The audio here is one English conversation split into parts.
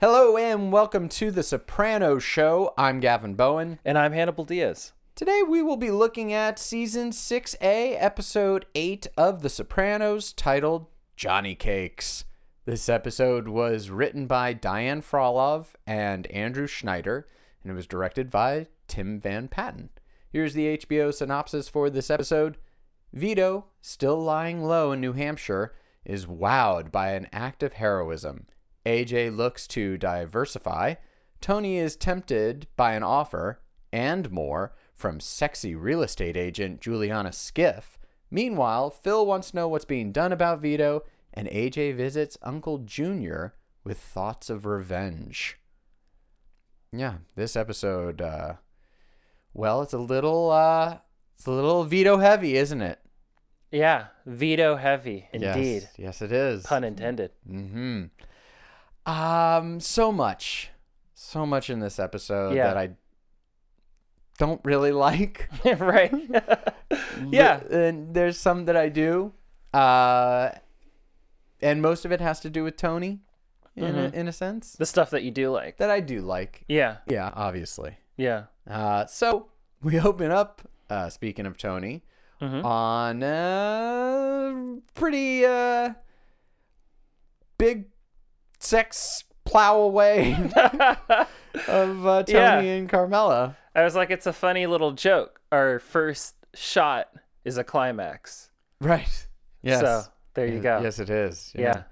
Hello and welcome to The Soprano Show. I'm Gavin Bowen. And I'm Hannibal Diaz. Today we will be looking at season 6A, episode 8 of The Sopranos, titled Johnny Cakes. This episode was written by Diane Frolov and Andrew Schneider, and it was directed by Tim Van Patten. Here's the HBO synopsis for this episode Vito, still lying low in New Hampshire, is wowed by an act of heroism. AJ looks to diversify. Tony is tempted by an offer and more from sexy real estate agent Juliana Skiff. Meanwhile, Phil wants to know what's being done about Vito, and AJ visits Uncle Junior with thoughts of revenge. Yeah, this episode, uh, well, it's a little, uh, it's a little Vito heavy, isn't it? Yeah, veto heavy, Yes. indeed. Yes, it is. Pun intended. Hmm. Um. So much, so much in this episode Yeah. that I don't really like. right. yeah. And there's some that I do. Uh. And most of it has to do with Tony, in Mm-hmm. a, in a sense The stuff that you do like. that I do like. Yeah. Yeah, obviously. Yeah. Uh. So we open up. Uh, speaking of Tony, Mm-hmm. on a pretty uh big sex plow away of uh, Tony Yeah. and Carmela. I was like, it's a funny little joke. Our first shot is a climax. Right. Yes. Uh, So there you go. Yes, it is. Yeah.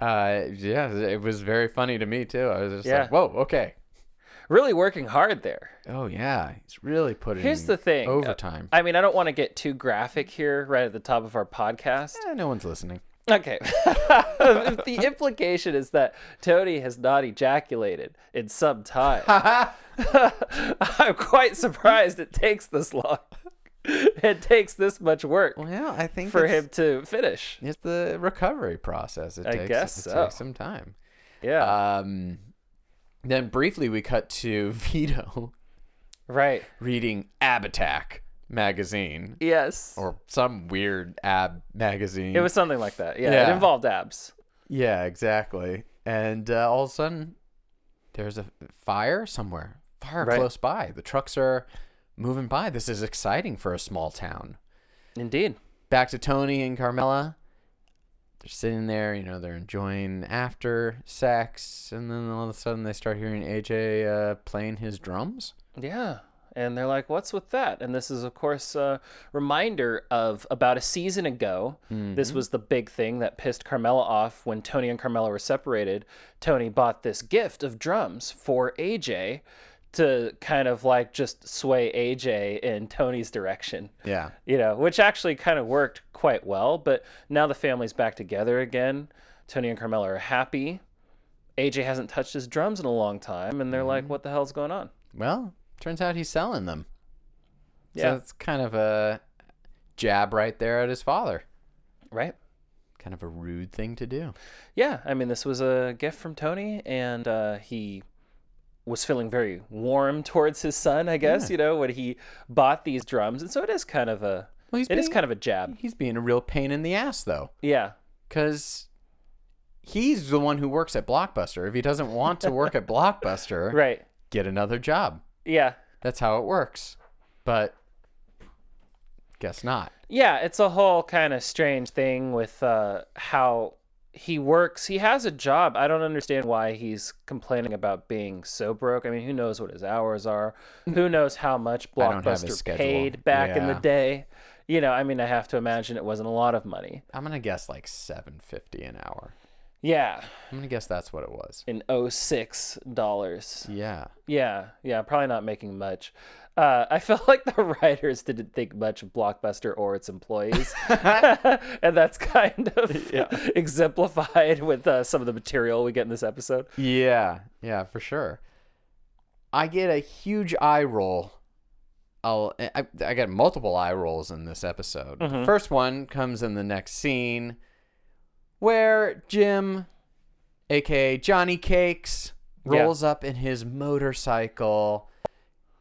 Uh, yeah, it was very funny to me too. I was just Yeah. like, "Whoa, okay." Really working hard there. Oh yeah, he's really putting. Here's the thing. Overtime. I mean, I don't want to get too graphic here right at the top of our podcast. Eh, no one's listening. Okay. If the implication is that Tony has not ejaculated in some time. I'm quite surprised it takes this long. It takes this much work Well, I think for it's, him to finish. it's the recovery process. It I takes, guess it so. takes some time. Yeah. Um, then briefly we cut to Vito right. reading Ab Attack magazine Yes. or some weird ab magazine. it was something like that. Yeah. It Yeah. involved abs. yeah, exactly. And uh, all of a sudden, there's a fire somewhere, fire Right. close by. The trucks are moving by. This is exciting for a small town. Indeed. back to Tony and Carmela. They're sitting there, you know, they're enjoying after sex, and then all of a sudden they start hearing AJ uh, playing his drums. Yeah. And they're like, what's with that? And this is, of course, a reminder of about a season ago. This was the big thing that pissed Carmela off when Tony and Carmela were separated. Tony bought this gift of drums for AJ to kind of like just sway AJ in Tony's direction. Yeah. You know, which actually kind of worked quite well. But now the family's back together again. Tony and Carmela are happy. AJ hasn't touched his drums in a long time. And they're like, what the hell's going on? Well, turns out he's selling them. Yeah. So it's kind of a jab right there at his father. Right? Kind of a rude thing to do. yeah, I mean, this was a gift from Tony, and uh, he was feeling very warm towards his son, I guess, you know, when he bought these drums. And so it is kind of a, Well, he's it is being- kind of a jab. He's being a real pain in the ass, though, Yeah. because he's the one who works at Blockbuster. If he doesn't want to work at Blockbuster, Right. get another job. Yeah. That's how it works. But guess not. Yeah. It's a whole kind of strange thing with uh, how he works. He has a job. I don't understand why he's complaining about being so broke. I mean, who knows what his hours are? Who knows how much don't have his Blockbuster schedule. paid back in the Yeah. day? You know, I mean, I have to imagine it wasn't a lot of money. I'm gonna guess like seven fifty an hour. Yeah. I'm gonna guess that's what it was. in 06 dollars. Yeah. Yeah, yeah, probably not making much. Uh, I felt like the writers didn't think much of Blockbuster or its employees, and that's kind of exemplified with uh, some of the material we get in this episode. Yeah. Yeah, for sure. I get a huge eye roll. I'll, eh, I, I get multiple eye rolls in this episode. The first one comes in the next scene where Jim, aka Johnny Cakes, Yeah. rolls up in his motorcycle.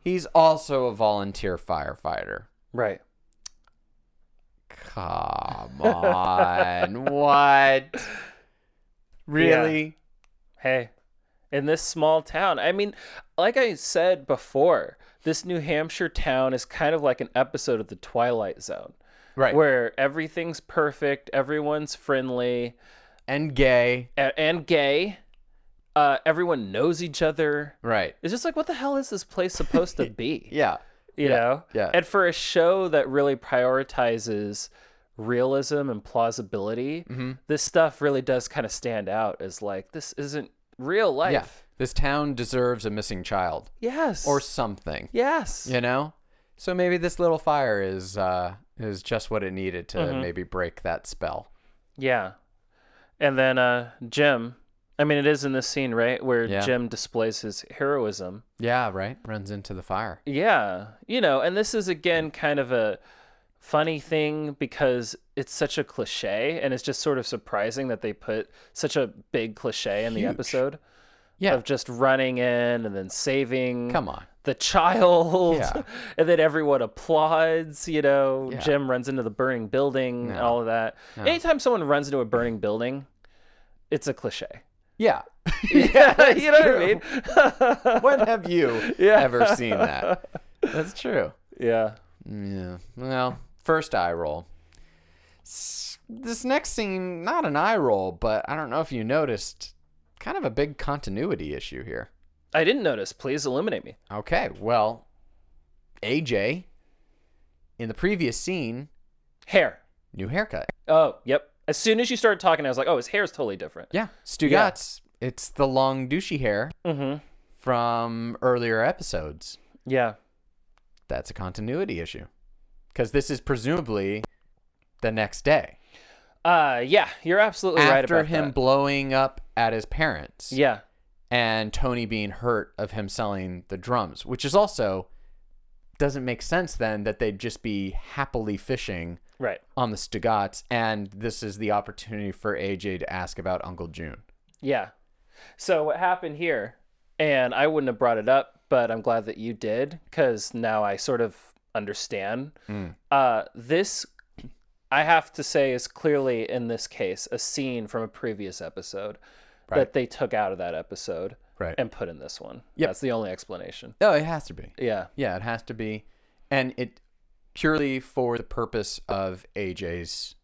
He's also a volunteer firefighter. Right. Come on. what? Really? Hey, in this small town. I mean, like I said before, this New Hampshire town is kind of like an episode of the Twilight Zone, Right. where everything's perfect, everyone's friendly and gay. and, and gay, uh, everyone knows each other. Right. It's just like, what the hell is this place supposed to be? Yeah. you know yeah. and for a show that really prioritizes realism and plausibility Mm-hmm. this stuff really does kind of stand out as like this isn't real Yeah. life This town deserves a missing child yes or something. yes You know? So maybe this little fire is uh is just what it needed to maybe break that spell. yeah and then uh jim i mean it is in this scene right where Yeah. jim displays his heroism Yeah, right? Runs into the fire. Yeah, you know, and this is again kind of a funny thing because it's such a cliche, and it's just sort of surprising that they put such a big cliche in the episode. Yeah. of just running in and then saving Come on. the child, Yeah. and then everyone applauds. You know, Yeah. Jim runs into the burning building, and all of that. Anytime someone runs into a burning building, it's a cliche. Yeah. Yeah, you know what I mean? when have you Yeah. ever seen that? That's true. yeah. Yeah. Well, first eye roll. S- This next scene, not an eye roll, but I don't know if you noticed, kind of a big continuity issue here. I didn't notice. Please illuminate me. Okay, well, AJ, in the previous scene, Hair. new haircut. Oh, yep. As soon as you started talking, I was like, oh, his hair's totally different. Yeah, Stu Yeah. Gatz. It's the long douchey hair Mm-hmm. from earlier episodes. Yeah. That's a continuity issue, because this is presumably the next day Uh, yeah. You're absolutely right after about him that. blowing up at his parents. Yeah. and Tony being hurt of him selling the drums, which is also doesn't make sense then that they'd just be happily fishing Right. on the Stugats and this is the opportunity for AJ to ask about Uncle June. Yeah. So what happened here, and I wouldn't have brought it up, but I'm glad that you did because now I sort of understand. Uh, this, I have to say, is clearly in this case a scene from a previous episode that they took out of that episode Right. and put in this one. Yep. That's the only explanation. Oh, it has to be. Yeah. Yeah, it has to be. And it purely for the purpose of AJ's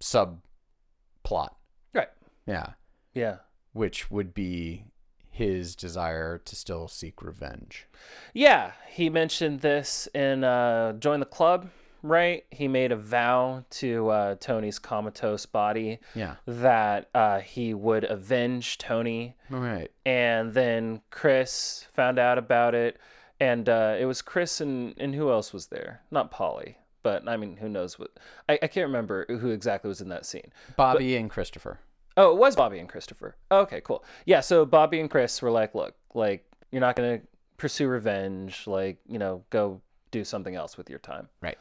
subplot. Right. Yeah. Yeah. Which would be his desire to still seek revenge. Yeah, he mentioned this in uh, Join the Club, right? He made a vow to uh, Tony's comatose body Yeah. that uh, he would avenge Tony. All right. And then Chris found out about it. And uh, it was Chris and, and who else was there? Not Polly, but I mean, who knows what. I, I can't remember who exactly was in that scene. Bobby and Christopher. Oh, it was Bobby and Christopher. Okay, cool. Yeah, so Bobby and Chris were like, look, like, you're not going to pursue revenge. Like, you know, go do something else with your time. Right.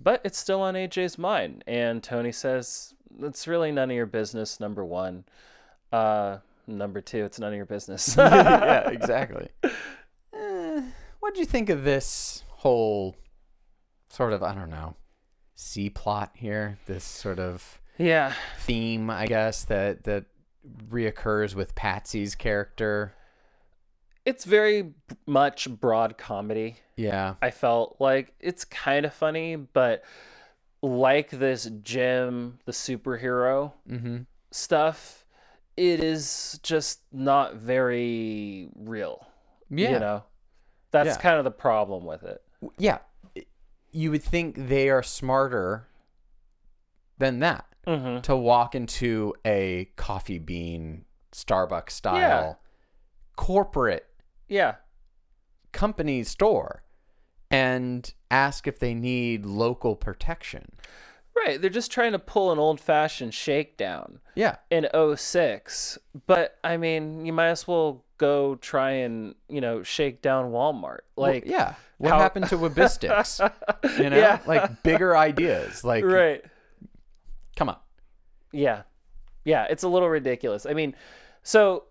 But it's still on AJ's mind. And Tony says, it's really none of your business, number one. Uh, number two, it's none of your business. yeah, exactly. Eh, what do you think of this whole sort of I don't know C plot here? This sort of yeah. theme, I guess that that reoccurs with Patsy's character. It's very much broad comedy. Yeah, I felt like it's kind of funny, but like this Jim, the superhero Mhm. stuff, it is just not very real. yeah, You know, that's Yeah. kind of the problem with it. yeah. You would think they are smarter than that Mm-hmm. to walk into a coffee bean Starbucks style corporate Yeah. company store and ask if they need local protection. Right. They're just trying to pull an old fashioned shakedown Yeah. in 06. But I mean, you might as well go try and, you know, shake down Walmart. Well, Like, yeah. What how- happened to Wibistics? you know, Yeah. like bigger ideas. Like, right. come on. Yeah. Yeah, it's a little ridiculous. I mean, so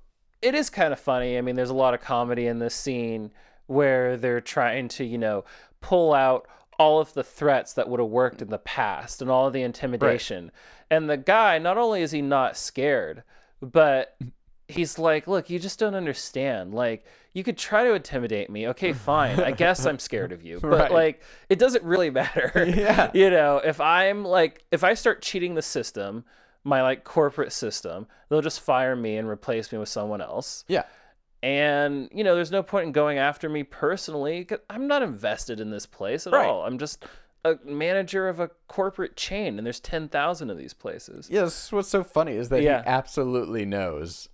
it is kind of funny. I mean, there's a lot of comedy in this scene where they're trying to, you know, pull out all of the threats that would have worked in the past and all of the intimidation. And the guy, not only is he not scared, but he's like, "Look, you just don't understand. Like, you could try to intimidate me. Okay, fine. I guess I'm scared of you. But Right. like, it doesn't really matter. Yeah. You know, if I'm like if I start cheating the system, my like corporate system, they'll just fire me and replace me with someone else. Yeah. And, you know, there's no point in going after me personally. 'cause I'm not invested in this place at Right. all. I'm just a manager of a corporate chain and there's 10,000 of these places. Yes, what's so funny is that Yeah. he absolutely knows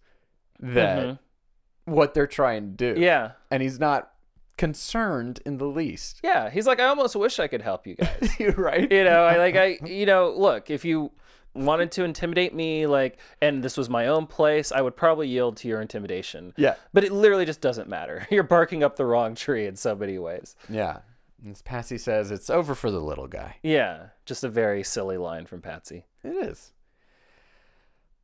that what they're trying to do. Mm-hmm. Yeah. And he's not concerned in the least. Yeah, he's like I almost wish I could help you guys. You're right. you know, I like I you know, look, if you wanted to intimidate me like and this was my own place, I would probably yield to your intimidation. Yeah. But it literally just doesn't matter. You're barking up the wrong tree in so many ways. Yeah. As Patsy says, it's over for the little guy. Yeah, just a very silly line from Patsy. It is.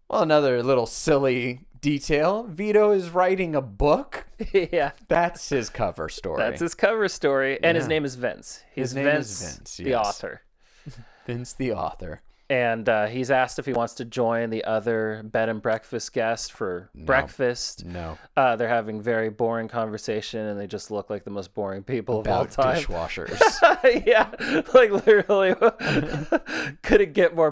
Well, another little silly detail Vito is writing a book. yeah. That's his cover story. That's his cover story, and his Yeah. name is Vince. He's His name Vince, is Vince, the yes. author, Vince, the author. and uh, he's asked if he wants to join the other bed and breakfast guests for breakfast. No. Uh, they're having very boring conversation, and they just look like the most boring people of all About time. dishwashers. yeah, like literally, couldn't get more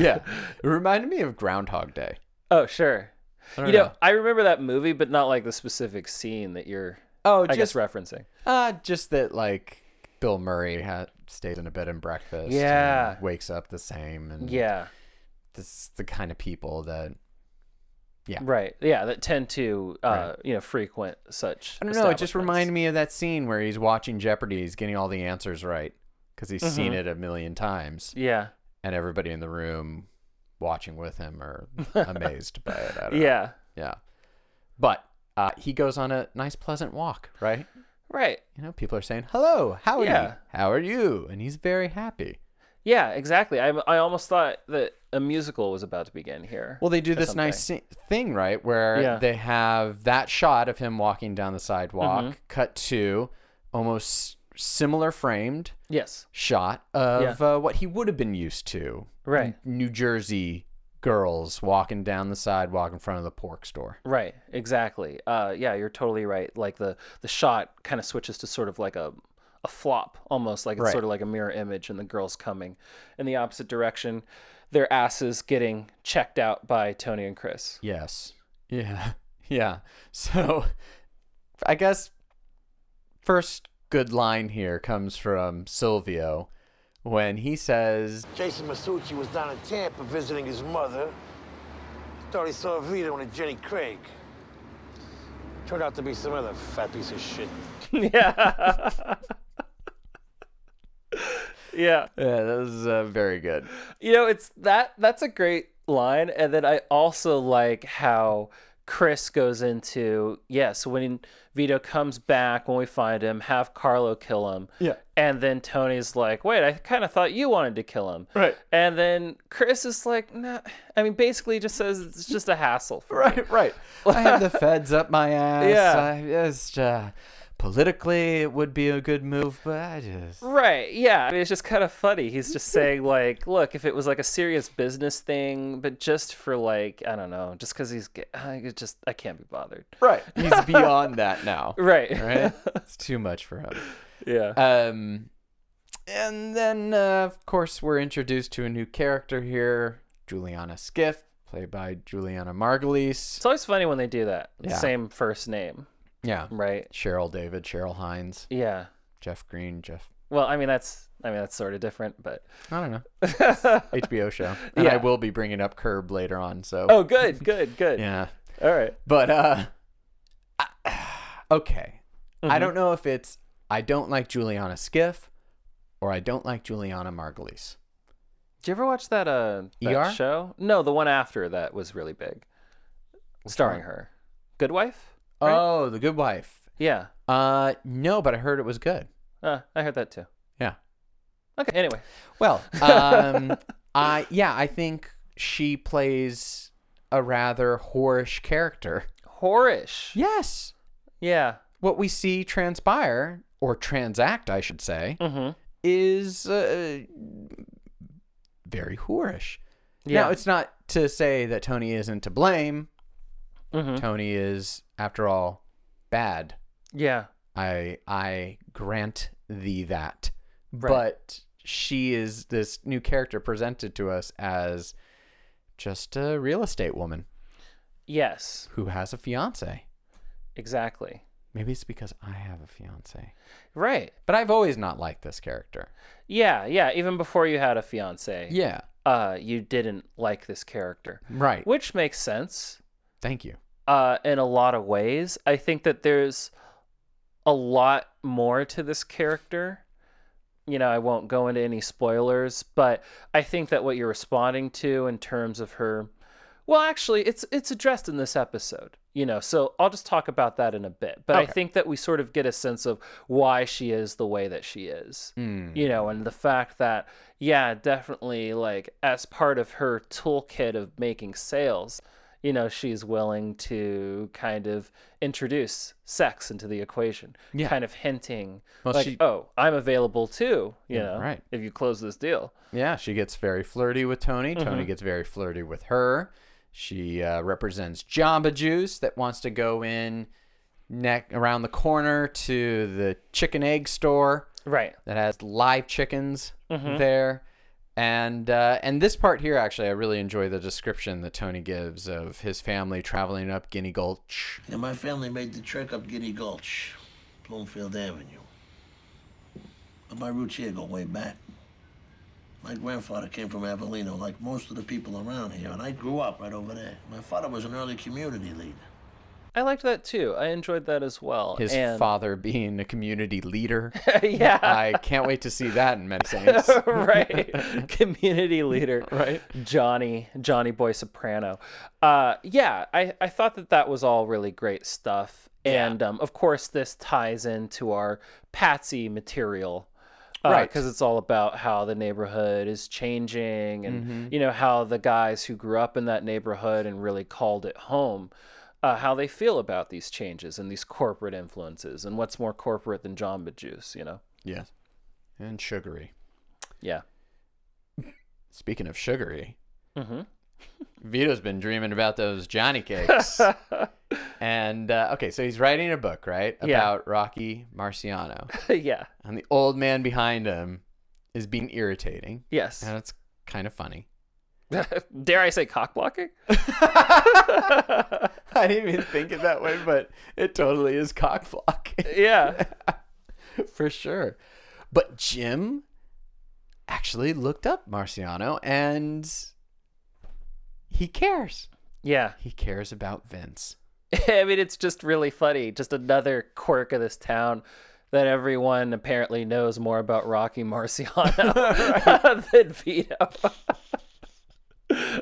yeah. It reminded me of Groundhog Day. Oh sure. don't You know, know. I remember that movie, but not like the specific scene that you're, Oh, I guess, just referencing. Uh, just that like Bill Murray ha- stays in a bed and breakfast. Yeah. and wakes up the same, and Yeah. this is the kind of people that Right. Yeah, that tend to uh, you know frequent such. I don't know. It just reminded establishments. me of that scene where he's watching Jeopardy, he's getting all the answers right because he's seen it a million times, Yeah. and everybody in the room watching with him are amazed by it. I don't know. Yeah. yeah. But uh, he goes on a nice, pleasant walk, right? Right. You know, people are saying, "Hello, how are you? Yeah. How are you?" And he's very happy. Yeah. Exactly. I I almost thought that a musical was about to begin here. Well, they do or this nice si- thing, right, where Yeah. they have that shot of him walking down the sidewalk, Mm-hmm. cut to almost similar framed Yes. shot of uh, what he would have been used to. Right. New Jersey girls walking down the sidewalk in front of the pork store. Right. Exactly. Uh, yeah, you're totally right. Like the the shot kind of switches to sort of like a a flop almost like it's Right. sort of like a mirror image and the girls coming in the opposite direction their asses getting checked out by tony and chris Yes. Yeah. Yeah. So I guess first good line here comes from Silvio when he says Jason Masucci was down in Tampa visiting his mother. Thought he saw Vito and a Jenny Craig. Turned out to be some other fat piece of shit. yeah yeah Yeah, that was uh, very good. you know it's that that's a great line and then i also like how chris goes into yes when vito comes back when we find him have carlo kill him Yeah. and then tony's like wait i kind of thought you wanted to kill him Right. and then chris is like no i mean basically just says it's just a hassle for me." Right, right. I have the feds up my ass. Yeah. I just uh, politically it would be a good move, but I just Right. Yeah. I mean, it's just kind of funny. He's just saying, like, look, if it was like a serious business thing, but just for like, I don't know, just because he's, g- I could just, I can't be bothered. right. He's beyond that now. Right. Right? It's too much for him. yeah. Um, and then uh, of course we're introduced to a new character here, Juliana Skiff, played by Juliana Margulies. it's always funny when they do that. Yeah. Same first name, Yeah. right? Cheryl David, Cheryl Hines, Yeah. Jeff Green, Jeff. Well, I mean, that's, I mean, that's sort of different, but. I don't know. HBO show. And I Yeah. will be bringing up Curb later on, so Oh, good, good, good. yeah. All right. But uh I- okay. Mm-hmm. I don't know if it's I don't like Juliana Skiff or I don't like Juliana Margulies. Did you ever watch that, uh, that ER? show? No, the one after that was really big, starring her. Good Wife? Right? Oh, The Good Wife. Yeah. Uh no, but I heard it was good. Uh, I heard that too. Yeah. Okay. Anyway. Well, um I yeah, I think she plays a rather whorish character. Horish. Yes. Yeah. What we see transpire or transact, I should say, Mm-hmm. is uh, very whorish. Yeah. Now, it's not to say that Tony isn't to blame. Tony is, after all, bad. Yeah. I I grant thee that. Right. But she is this new character presented to us as just a real estate woman Yes. who has a fiance. Exactly. Maybe it's because I have a fiance. Right. But I've always not liked this character. Yeah. Yeah. Even before you had a fiance, Yeah. uh, you didn't like this character, Right. which makes sense. Thank you. uh, in a lot of ways. I think that there's a lot more to this character. You know, I won't go into any spoilers, but I think that what you're responding to in terms of her, well, actually, it's it's addressed in this episode. You know, so I'll just talk about that in a bit. But I Okay. think that we sort of get a sense of why she is the way that she is you know, and the fact that, yeah, definitely, like, as part of her toolkit of making sales, you know, she's willing to kind of introduce sex into the equation, Yeah. kind of hinting, Well, like, she- oh, I'm available too, you know, right. if you close this deal. Yeah, she gets very flirty with Tony. Tony gets very flirty with her. She uh, represents Jamba Juice that wants to go in neck around the corner to the chicken egg store Right. that has live chickens Mm-hmm. there. And uh, and this part here, actually, I really enjoy the description that Tony gives of his family traveling up Guinea Gulch. And my family made the trek up Giddy Gulch, Bloomfield Avenue. But my roots here go way back. My grandfather came from Avellino, like most of the people around here, and I grew up right over there. My father was an early community leader. I liked that too. I enjoyed that as well. His and, father being a community leader. yeah, I can't wait to see that in many things. right. Community leader, right? Johnny, Johnny Boy Soprano. Uh, yeah, I, I thought that that was all really great stuff. And um, of course, this ties into our Patsy material. Right. Because it's all about how the neighborhood is changing and, you know, how the guys who grew up in that neighborhood and really called it home, uh, how they feel about these changes and these corporate influences and what's more corporate than Jamba Juice, you know? Yes. And sugary. Yeah. Speaking of sugary, Mhm. Vito's been dreaming about those Johnny cakes. and uh, okay, so he's writing a book, right? Yeah. About Rocky Marciano. yeah. and the old man behind him is being irritating. Yes. And it's kind of funny. Dare I say cock blocking? I didn't even think it that way, but it totally is cock blocking. Yeah. for sure. But Jim actually looked up Marciano and he cares. Yeah. He cares about Vince. I mean, it's just really funny. Just another quirk of this town that everyone apparently knows more about Rocky Marciano than Vito.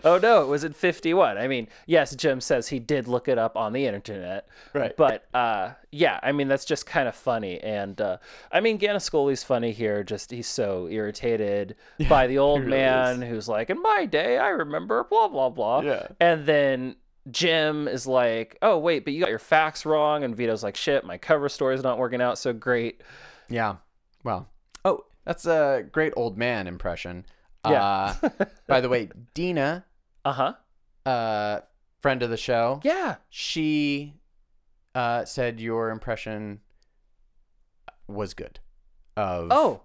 oh, no, it was in 51. I mean, yes, Jim says he did look it up on the internet. Right. But uh, yeah, I mean, that's just kind of funny. And uh, I mean, Ganascoli's funny here. Just he's so irritated by the old really man who's like, in my day, I remember blah, blah, blah. Yeah. And then Jim is like, oh, wait, but you got your facts wrong. And Vito's like, shit, my cover story's not working out so great. Yeah. Well, oh, that's a great old man impression. Yeah. Uh, by the way, Dina, Uh huh. uh, friend of the show, Yeah. she uh, said your impression was good of Oh,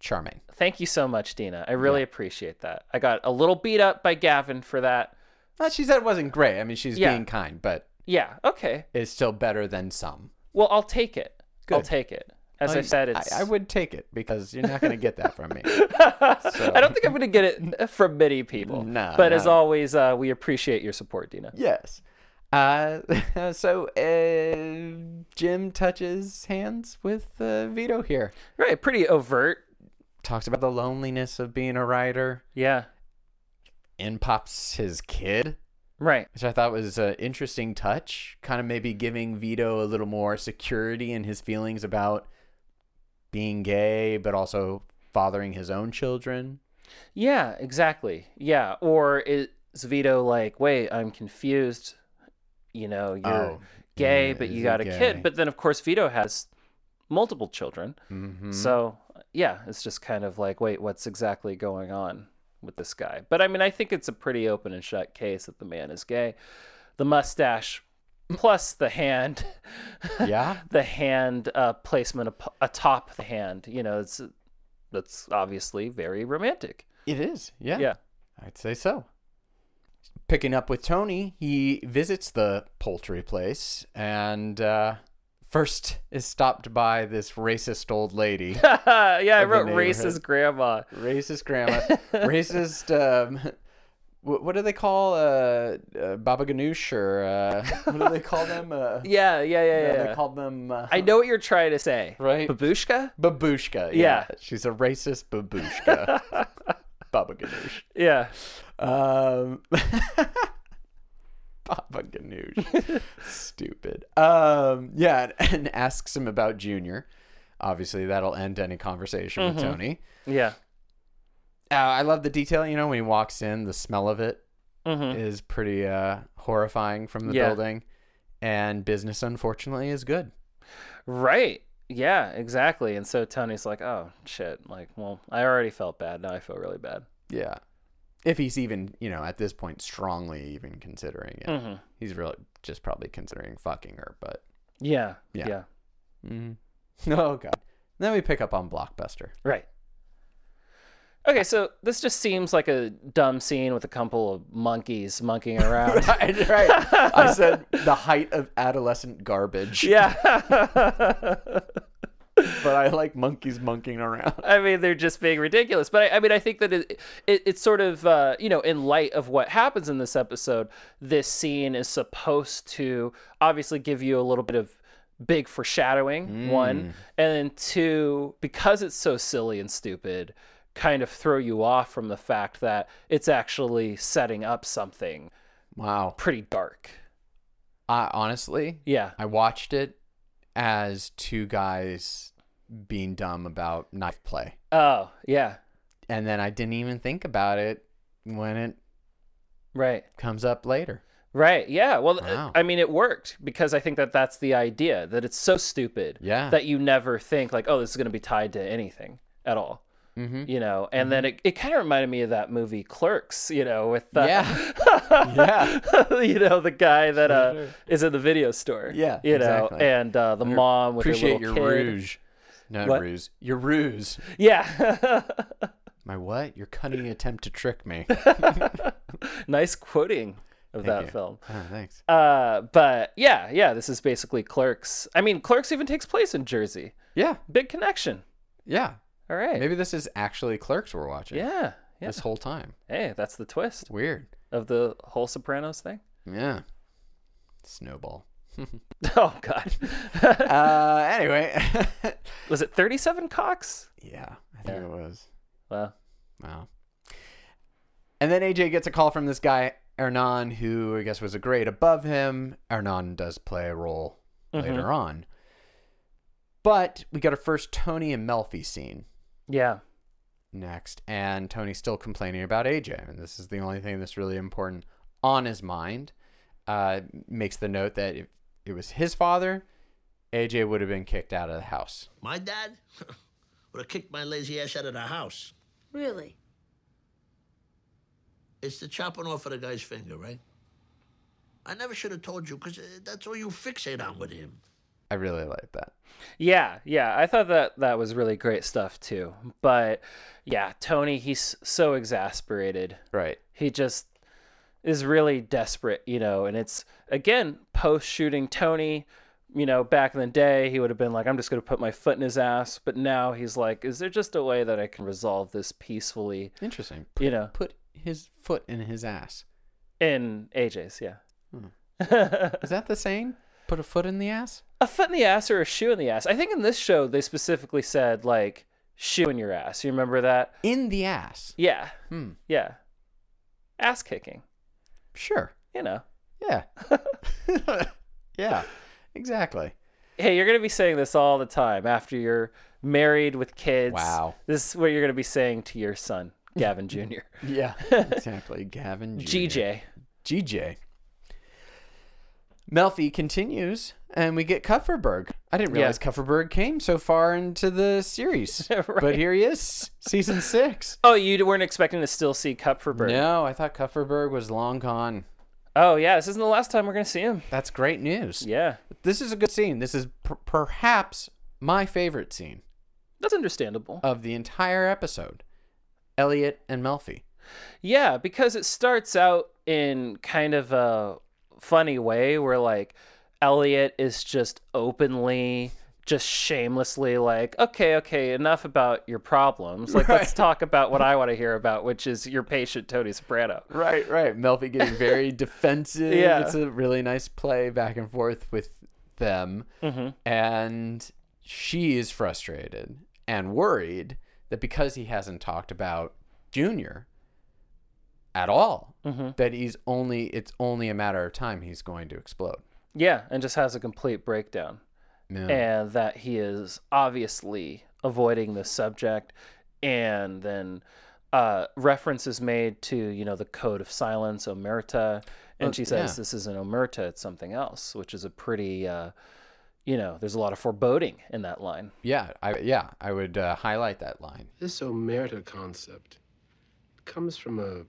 Charming. thank you so much, Dina. I really appreciate that. I got a little beat up by Gavin for that. Well, she said it wasn't great. I mean, she's Yeah. being kind, but Yeah. Okay. it's still better than some. Well, I'll take it. I'll Good. take it. As I, I- said, it's. I, I would take it because you're not going to get that from me. I don't think I'm going to get it from many people. No, But as no. always, uh, we appreciate your support, Dina. yes. Uh, so uh, Jim touches hands with uh, Vito here. Right. Pretty overt. Talks about the loneliness of being a writer. Yeah. In pops his kid, Right. which I thought was an interesting touch. Kind of maybe giving Vito a little more security in his feelings about being gay, but also fathering his own children. Yeah, exactly. Yeah, or is Vito like, wait, I'm confused. You know, you're Oh, gay, yeah, but is you he got a gay? kid. But then, of course, Vito has multiple children. Mm-hmm. So, yeah, it's just kind of like, wait, what's exactly going on with this guy? But I mean, I think it's a pretty open and shut case that the man is gay. the mustache plus the hand Yeah. the hand uh, placement ap- atop the hand you know it's that's obviously very romantic It is. Yeah. yeah I'd say so. Picking up with Tony, he visits the poultry place and uh, first is stopped by this racist old lady, Uh, yeah, I Of the wrote neighborhood. racist grandma. racist grandma, racist. Um, wh- what do they call uh, uh, Baba Ganoush or uh, what do they call them? Uh, Yeah, yeah, yeah, yeah. They called them. Uh, I know what you're trying to say. Right. Babushka? Babushka. Yeah. She's a racist babushka. Baba Ganoush. Yeah. Um, Papa Ganoush. Stupid. Um, yeah, and, and asks him about Junior. Obviously, that'll end any conversation with Mm-hmm. Tony. Yeah. Uh, I love the detail. You know, when he walks in, the smell of it is pretty uh, horrifying from the Yeah. building. And business, unfortunately, is good. Right. Yeah, exactly. And so Tony's like, oh, shit. Like, well, I already felt bad. Now I feel really bad. Yeah. If he's even, you know, at this point, strongly even considering it, he's really just probably considering fucking her. But Yeah. Yeah. Yeah. oh god. Then we pick up on Blockbuster. Right. Okay, so this just seems like a dumb scene with a couple of monkeys monkeying around. right, right. I said the height of adolescent garbage, yeah. but I like monkeys monkeying around. I mean, they're just being ridiculous. But I, I mean, I think that it, it, it's sort of, uh, you know, in light of what happens in this episode, this scene is supposed to obviously give you a little bit of big foreshadowing, Mm. one. And then two, because it's so silly and stupid, kind of throw you off from the fact that it's actually setting up something Wow. pretty dark. I honestly, Yeah. I watched it as two guys being dumb about knife play, Oh, yeah. and then I didn't even think about it when it Right. comes up later. Right. Yeah. Well, th- Wow. I mean, it worked because I think that that's the idea that it's so stupid Yeah. that you never think like, oh, this is going to be tied to anything at all. Mhm. You know, and then it, it kind of reminded me of that movie Clerks. You know, with the, Yeah. yeah. you know, the guy that uh, is in the video store. Yeah, You know, exactly. and uh, the mom with her Appreciate your little kid. rouge. No What? ruse. Your ruse. Yeah. My what? Your cunning attempt to trick me. nice quoting of that you. film. Oh, thanks. Uh, but yeah, yeah, this is basically Clerks. I mean, Clerks even takes place in Jersey. Yeah. Big connection. Yeah. All right. Maybe this is actually Clerks we're watching. Yeah. Yeah. This whole time. Hey, that's the twist It's weird. of the whole Sopranos thing. Yeah. Snowball. Oh God. Uh, anyway. Was it 37 Cox? yeah, I think it was. Well, Wow. And then AJ gets a call from this guy, Hernan, who I guess was a grade above him. Hernan does play a role later on. But we got our first Tony and Melfi scene. yeah. next and tony's still complaining about aj and this is the only thing that's really important on his mind uh, makes the note that if it was his father aj would have been kicked out of the house My dad would have kicked my lazy ass out of the house. Really? It's the chopping off of the guy's finger, right? I never should have told you because that's all you fixate on with him. i really like that Yeah, yeah. I thought that that was really great stuff too. But yeah, Tony, he's so exasperated. right He just is really desperate, you know, and it's again post shooting Tony, you know, back in the day, he would have been like, I'm just going to put my foot in his ass. But now he's like, is there just a way that I can resolve this peacefully? interesting put, You know, put his foot in his ass in AJ's, yeah. is that the saying put a foot in the ass a foot in the ass or a shoe in the ass. I think in this show they specifically said like shoe in your ass. You remember that? in the ass Yeah. hmm Yeah. Ass kicking, sure you know. yeah yeah exactly Hey, you're going to be saying this all the time after you're married with kids. Wow. This is what you're going to be saying to your son, Gavin Jr. yeah exactly gavin Jr. GJ. GJ. Melfi continues, and we get Kupferberg. I didn't Yeah. realize Kupferberg came so far into the series, but Right. here he is, season six. Oh, you weren't expecting to still see Cup for Bird. No, I thought Kupferberg was long gone. Oh yeah, this isn't the last time we're gonna see him. That's great news. Yeah, This is a good scene. This is per- perhaps my favorite scene that's understandable. of the entire episode. Elliot and Melfi. Yeah, because it starts out in kind of a funny way where like Elliot is just openly just shamelessly like, okay, okay, enough about your problems. Like, let's Right. talk about what I want to hear about, which is your patient Tony Soprano. Right, right. Melfi getting very defensive. Yeah. It's a really nice play back and forth with them. And she is frustrated and worried that because he hasn't talked about Junior at all, that he's only it's only a matter of time he's going to explode. Yeah, and just has a complete breakdown. Yeah. and that he is obviously avoiding the subject and then uh references made to you know the code of silence omerta and Oh, she says yeah. this isn't omerta it's something else which is a pretty uh you know there's a lot of foreboding in that line Yeah, I yeah, I would uh, highlight that line. This omerta concept comes from a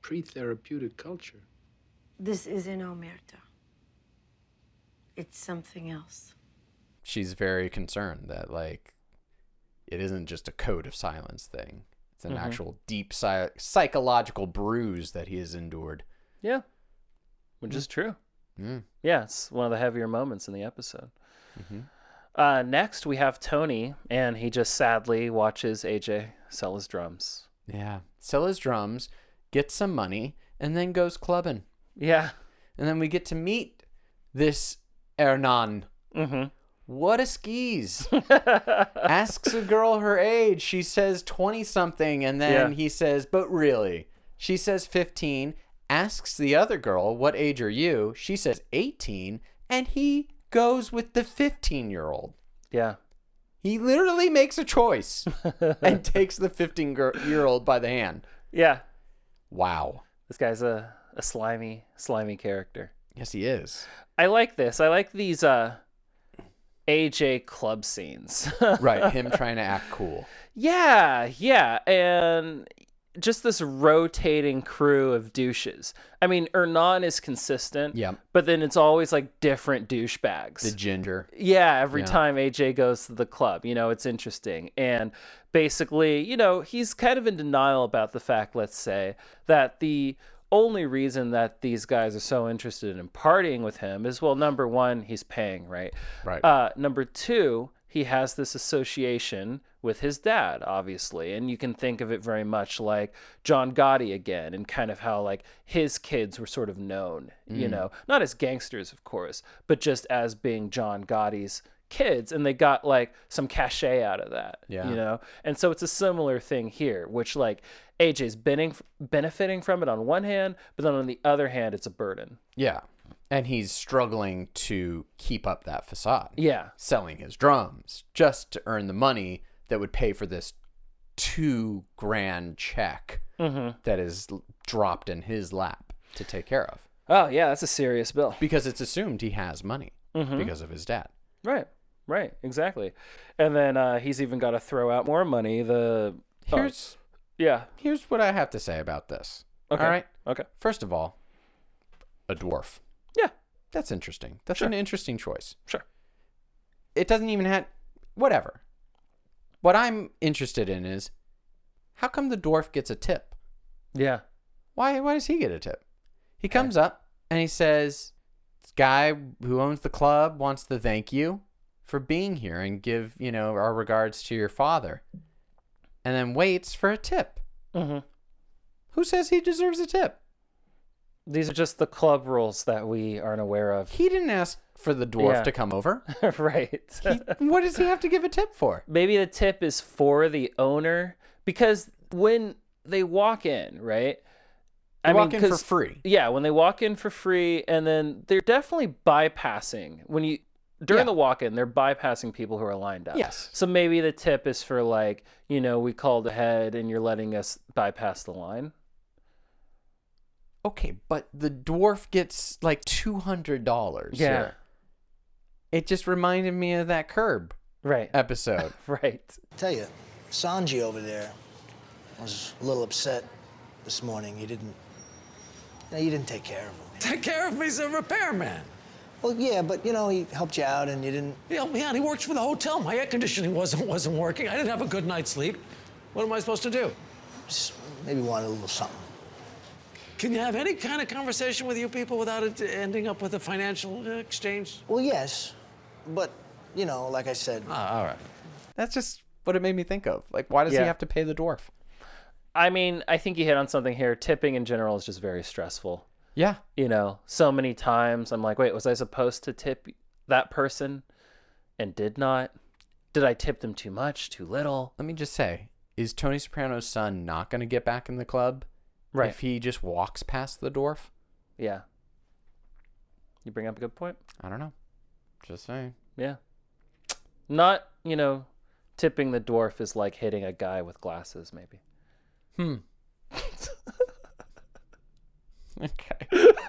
pre therapeutic culture. This isn't Omerta. It's something else. She's very concerned that like it isn't just a code of silence thing. It's an actual deep psy- psychological bruise that he has endured. yeah which Hmm. is true Mm. yeah it's one of the heavier moments in the episode Mm-hmm. uh next we have tony and he just sadly watches aj sell his drums Yeah, sell his drums, get some money, and then goes clubbing. yeah And then we get to meet this Hernan. mm-hmm What a skis. Asks a girl her age. She says 20 something. And then Yeah. he says, but really? She says 15. Asks the other girl, what age are you? She says 18. And he goes with the 15 year old. Yeah. He literally makes a choice and takes the 15 gir- year old by the hand. Yeah. Wow. This guy's a, a slimy, slimy character. Yes, he is. I like this. I like these uh AJ club scenes. Right. Him trying to act cool. yeah, yeah. And just this rotating crew of douches. I mean, Ernan is consistent. Yeah. But then it's always like different douchebags. The ginger. Yeah, every Yeah. time AJ goes to the club, you know, it's interesting. And basically, you know, he's kind of in denial about the fact, let's say, that the only reason that these guys are so interested in partying with him is well, number one, he's paying, right? Right. Uh, number two, he has this association with his dad, obviously. And you can think of it very much like John Gotti again, and kind of how like his kids were sort of known, you know, not as gangsters, of course, but just as being John Gotti's kids. And they got like some cachet out of that, Yeah. you know? And so it's a similar thing here, which like AJ's bening- benefiting from it on one hand, but then on the other hand, it's a burden. Yeah. And he's struggling to keep up that facade. Yeah. Selling his drums just to earn the money that would pay for this two grand check Mm-hmm. that is l- dropped in his lap to take care of Oh, yeah, that's a serious bill. because it's assumed he has money Mm-hmm. because of his dad. Right. Right. Exactly. And then uh, he's even got to throw out more money. The oh, Here's yeah. here's what I have to say about this. Okay. All right. Okay. First of all, a dwarf. Yeah. That's interesting. That's Sure. an interesting choice. Sure. it doesn't even have whatever. What I'm interested in is how come the dwarf gets a tip? Yeah. Why why does he get a tip? He comes up and he says, "This guy who owns the club wants to thank you for being here and give, you know, our regards to your father." And then waits for a tip. Mm-hmm. Who says he deserves a tip? These are just the club rules that we aren't aware of. He didn't ask for the dwarf Yeah. to come over. right. He, what does he have to give a tip for? Maybe the tip is for the owner because when they walk in, right? They walk in for 'cause- free. Yeah, when they walk in for free, and then they're definitely bypassing when you during Yeah. the walk in, they're bypassing people who are lined up. Yes. So maybe the tip is for like, you know, we called ahead and you're letting us bypass the line. Okay, but the dwarf gets like two hundred dollars. Yeah. It just reminded me of that curb Right. episode. right. Tell you, Sanji over there was a little upset this morning. You didn't, no, you didn't take care of him. Take care of me as a repairman. Well, yeah, but you know, he helped you out and you didn't. You know, yeah, and he worked for the hotel. My air conditioning wasn't wasn't working. I didn't have a good night's sleep. What am I supposed to do? Just maybe wanted a little something. Can you have any kind of conversation with you people without it ending up with a financial uh, exchange? Well, yes, but you know, like I said, Ah, all right. That's just what it made me think of. Like, why does Yeah. he have to pay the dwarf? I mean, I think you hit on something here. Tipping in general is just very stressful. Yeah. You know, so many times I'm like, wait, was I supposed to tip that person and did not? Did I tip them too much, too little? Let me just say, is Tony Soprano's son not going to get back in the club Right. if he just walks past the dwarf? Yeah. You bring up a good point. I don't know. Just saying. Yeah. Not, you know, tipping the dwarf is like hitting a guy with glasses, maybe. Hmm. okay.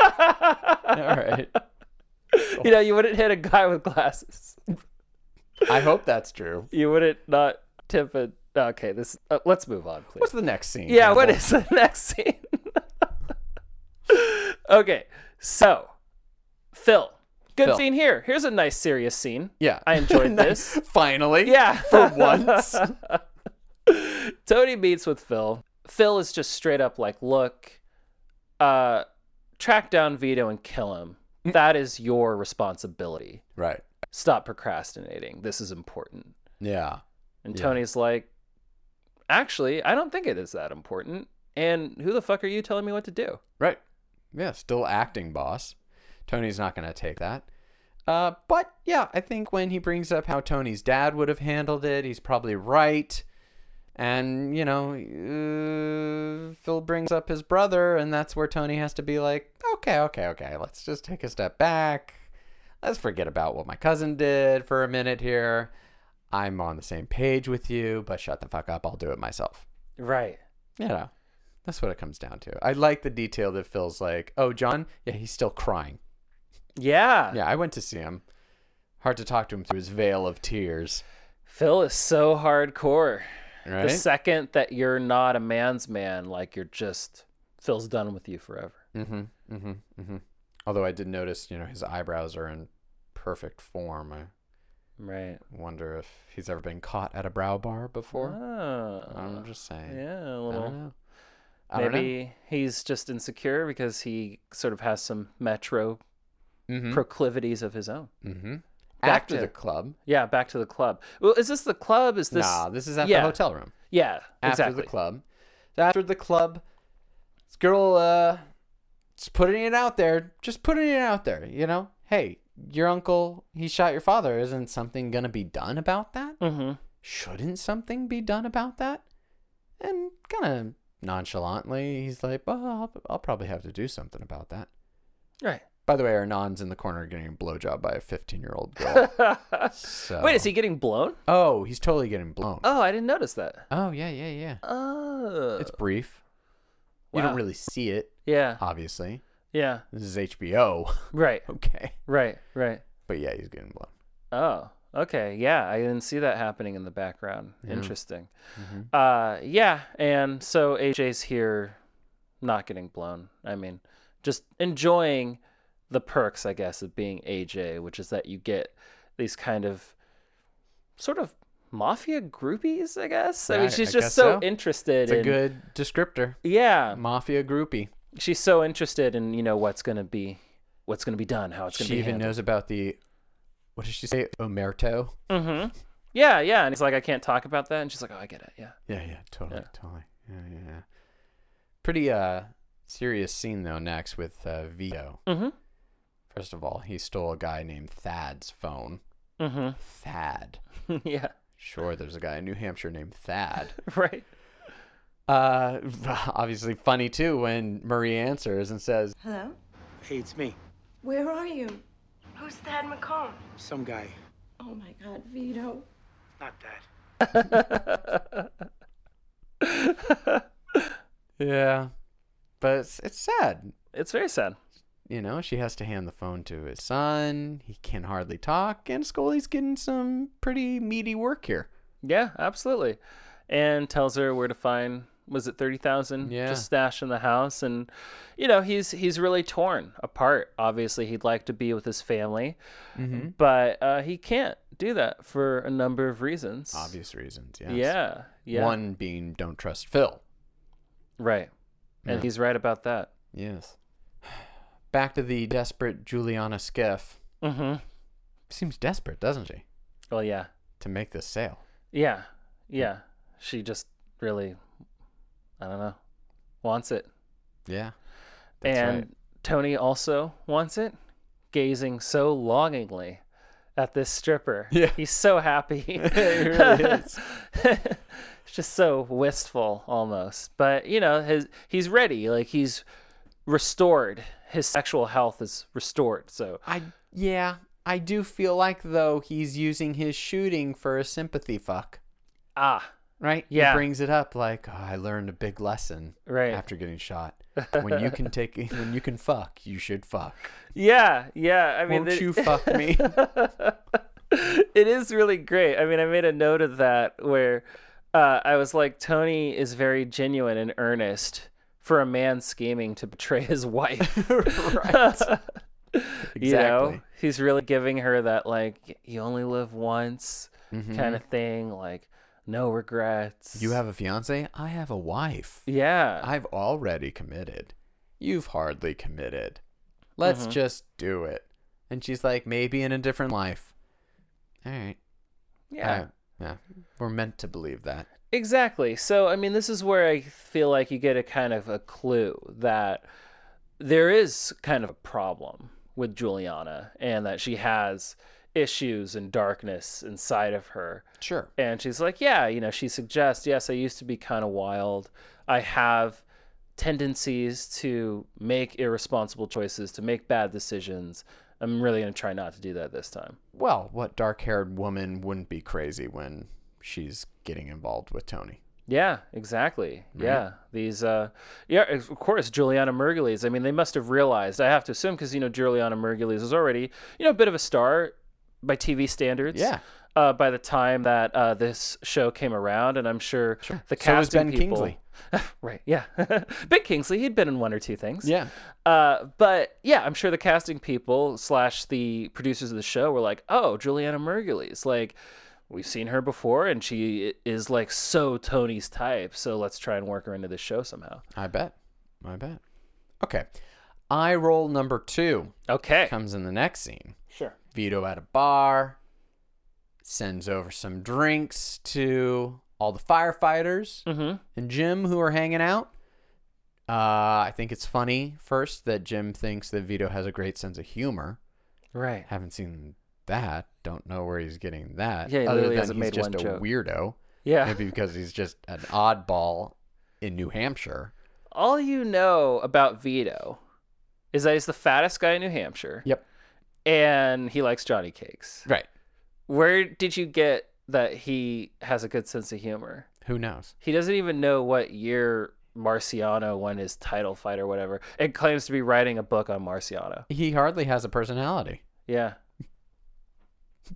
All right. You know, you wouldn't hit a guy with glasses. I hope that's true. You wouldn't not tip a. Okay, this. Uh, let's move on, please. What's the next scene? yeah, what Campbell? is the next scene? okay, so Phil. Good Phil. scene here. Here's a nice serious scene. Yeah. I enjoyed Nice. this. Finally. Yeah. For once. Tony meets with Phil. Phil is just straight up like, look, uh, track down Vito and kill him. Mm. That is your responsibility. right. Stop procrastinating. This is important. Yeah. And Yeah. Tony's like, actually, I don't think it is that important. And who the fuck are you telling me what to do? Right. Yeah, still acting boss. Tony's not going to take that. Uh, but yeah, I think when he brings up how Tony's dad would have handled it, he's probably right. And, you know, uh, Phil brings up his brother, and that's where Tony has to be like, okay, okay, okay, let's just take a step back. Let's forget about what my cousin did for a minute here. I'm on the same page with you, but shut the fuck up. I'll do it myself Right. you know, that's what it comes down to. I like the detail that Phil's like, oh, John, yeah, he's still crying. Yeah. Yeah, I went to see him. Hard to talk to him through his veil of tears. Phil is so hardcore. Right? The second that you're not a man's man, like you're just, Phil's done with you forever. mm-hmm, mm-hmm, mm-hmm. Although I did notice, you know, his eyebrows are in perfect form. I Right. wonder if he's ever been caught at a brow bar before. Oh. I'm just saying. Yeah, a I little. don't know. I Maybe he's just insecure because he sort of has some metro don't Mm-hmm. know. proclivities of his own. hmm hmm Back After to- the club. Yeah, back to the club. Well, is this the club? Is this? nah, this is at yeah. the hotel room. Yeah, after exactly. the club. So after the club, this girl uh, just putting it out there, just putting it out there. You know, hey, your uncle, he shot your father. Isn't something gonna be done about that? Mm-hmm. Shouldn't something be done about that? And kind of nonchalantly, he's like, "Well, I'll, I'll probably have to do something about that." Right. By the way, our non's in the corner getting a blowjob by a 15-year-old girl. so... Wait, is he getting blown? Oh, he's totally getting blown. Oh, I didn't notice that. Oh, yeah, yeah, yeah. Oh. It's brief. You don't Wow. really see it, yeah. obviously. Yeah. This is HBO. Right. okay. Right. Right. But yeah, he's getting blown. Oh. Okay. Yeah, I didn't see that happening in the background. Interesting. Mm-hmm. Uh, yeah. And so AJ's here, not getting blown. I mean, just enjoying the perks, I guess, of being AJ, which is that you get these kind of sort of mafia groupies. I guess. I Yeah, mean, I- she's I just guess so, so. interested It's in. a good descriptor. yeah, Mafia groupie. she's so interested in you know what's gonna be, what's gonna be done, how it's gonna She be. even handled. knows about the, what did she say? Omerto? Yeah, yeah. And he's like, I can't talk about that. And she's like, Oh, I get it. Yeah. Yeah, yeah, totally, totally. Yeah, yeah, yeah. Pretty uh, serious scene, though, next with uh, Vito. Mhm. First of all, he stole a guy named Thad's phone. Mm-hmm. Thad. yeah, Sure, there's a guy in New Hampshire named Thad. right. Uh, obviously funny too when Marie answers and says, Hello? Hey, it's me, Where are you? Who's Thad McComb? some guy. Oh my God, Vito. Not that. "Yeah," but it's, it's sad. It's very sad. You know, she has to hand the phone to his son. He can hardly talk, and Scully's getting some pretty meaty work here. Yeah, absolutely. And tells her where to find was it thirty thousand? Yeah. Just stashed in the house, and you know he's he's really torn apart. Obviously, he'd like to be with his family, Mm-hmm. but uh, he can't do that for a number of reasons. Obvious reasons. Yes. Yeah. Yeah. One being don't trust Phil. Right. And he's right about that. Yes. Back to the desperate Juliana Skeff. Mm-hmm. Seems desperate, doesn't she, Well, Oh, yeah. to make this sale? Yeah. Yeah. She just really, I don't know, wants it. Yeah. That's and right. Tony also wants it, gazing so longingly at this stripper. Yeah. He's so happy. It really is. it's just so wistful almost. But, you know, his he's ready. Like he's restored. His sexual health is restored. So, I yeah, I do feel like though he's using his shooting for a sympathy fuck, ah, right? Yeah. He brings it up like, "Oh, I learned a big lesson Right. after getting shot. When you can take when you can fuck, you should fuck. Yeah, yeah. I mean, Won't it- you fuck me? it is really great. I mean, I made a note of that where uh, I was like, Tony is very genuine and earnest for a man scheming to betray his wife. right. You know, Exactly. he's really giving her that like, you only live once kind of thing. Like, no regrets. Mm-hmm. You have a fiance? I have a wife. yeah, I've already committed. You've hardly committed. Let's just do it. And she's like, maybe in a different life. All right. yeah. Uh, yeah. We're meant to believe that. Exactly. So, I mean, this is where I feel like you get a kind of a clue that there is kind of a problem with Juliana and that she has issues and darkness inside of her. Sure. And she's like, Yeah, you know, she suggests, Yes, I used to be kind of wild. I have tendencies to make irresponsible choices, to make bad decisions. I'm really going to try not to do that this time. Well, what dark haired woman wouldn't be crazy when she's getting involved with Tony? Yeah, exactly. Yeah, these. Uh, yeah, of course, Juliana Mergulies. I mean, they must have realized. I have to assume because you know Juliana Mergulies is already you know a bit of a star by TV standards. Yeah. Uh, by the time that uh, this show came around, and I'm sure, the So was casting Ben people. Kingsley. right. Yeah. ben Kingsley. He'd been in one or two things. Yeah. Uh, but yeah, I'm sure the casting people slash the producers of the show were like, "Oh, Juliana Mergulies, like we've seen her before, and she is like so Tony's type. So let's try and work her into this show somehow." I bet. I bet. Okay. Eye roll number two Okay, comes in the next scene. sure. Vito at a bar, sends over some drinks to all the firefighters Mm-hmm. and Jim who are hanging out. Uh, I think it's funny first that Jim thinks that Vito has a great sense of humor. Right. Haven't seen that. Don't know where he's getting that. Yeah, he other literally than hasn't he's made just one a joke. weirdo. Yeah. Maybe because he's just an oddball in New Hampshire. All you know about Vito is that he's the fattest guy in New Hampshire, Yep. and he likes Johnny Cakes. Right. Where did you get that he has a good sense of humor? Who knows? He doesn't even know what year Marciano won his title fight or whatever, and claims to be writing a book on Marciano. He hardly has a personality, Yeah.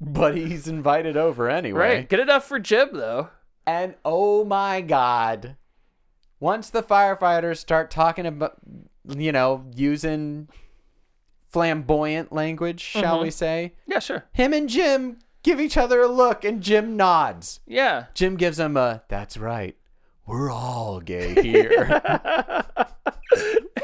but he's invited over anyway. Right. Good enough for Jim, though. And oh my god. Once the firefighters start talking about you know, using flamboyant language, shall Mm-hmm. we say, Yeah, sure. him and Jim give each other a look and Jim nods. Yeah. Jim gives him a that's right. We're all gay here.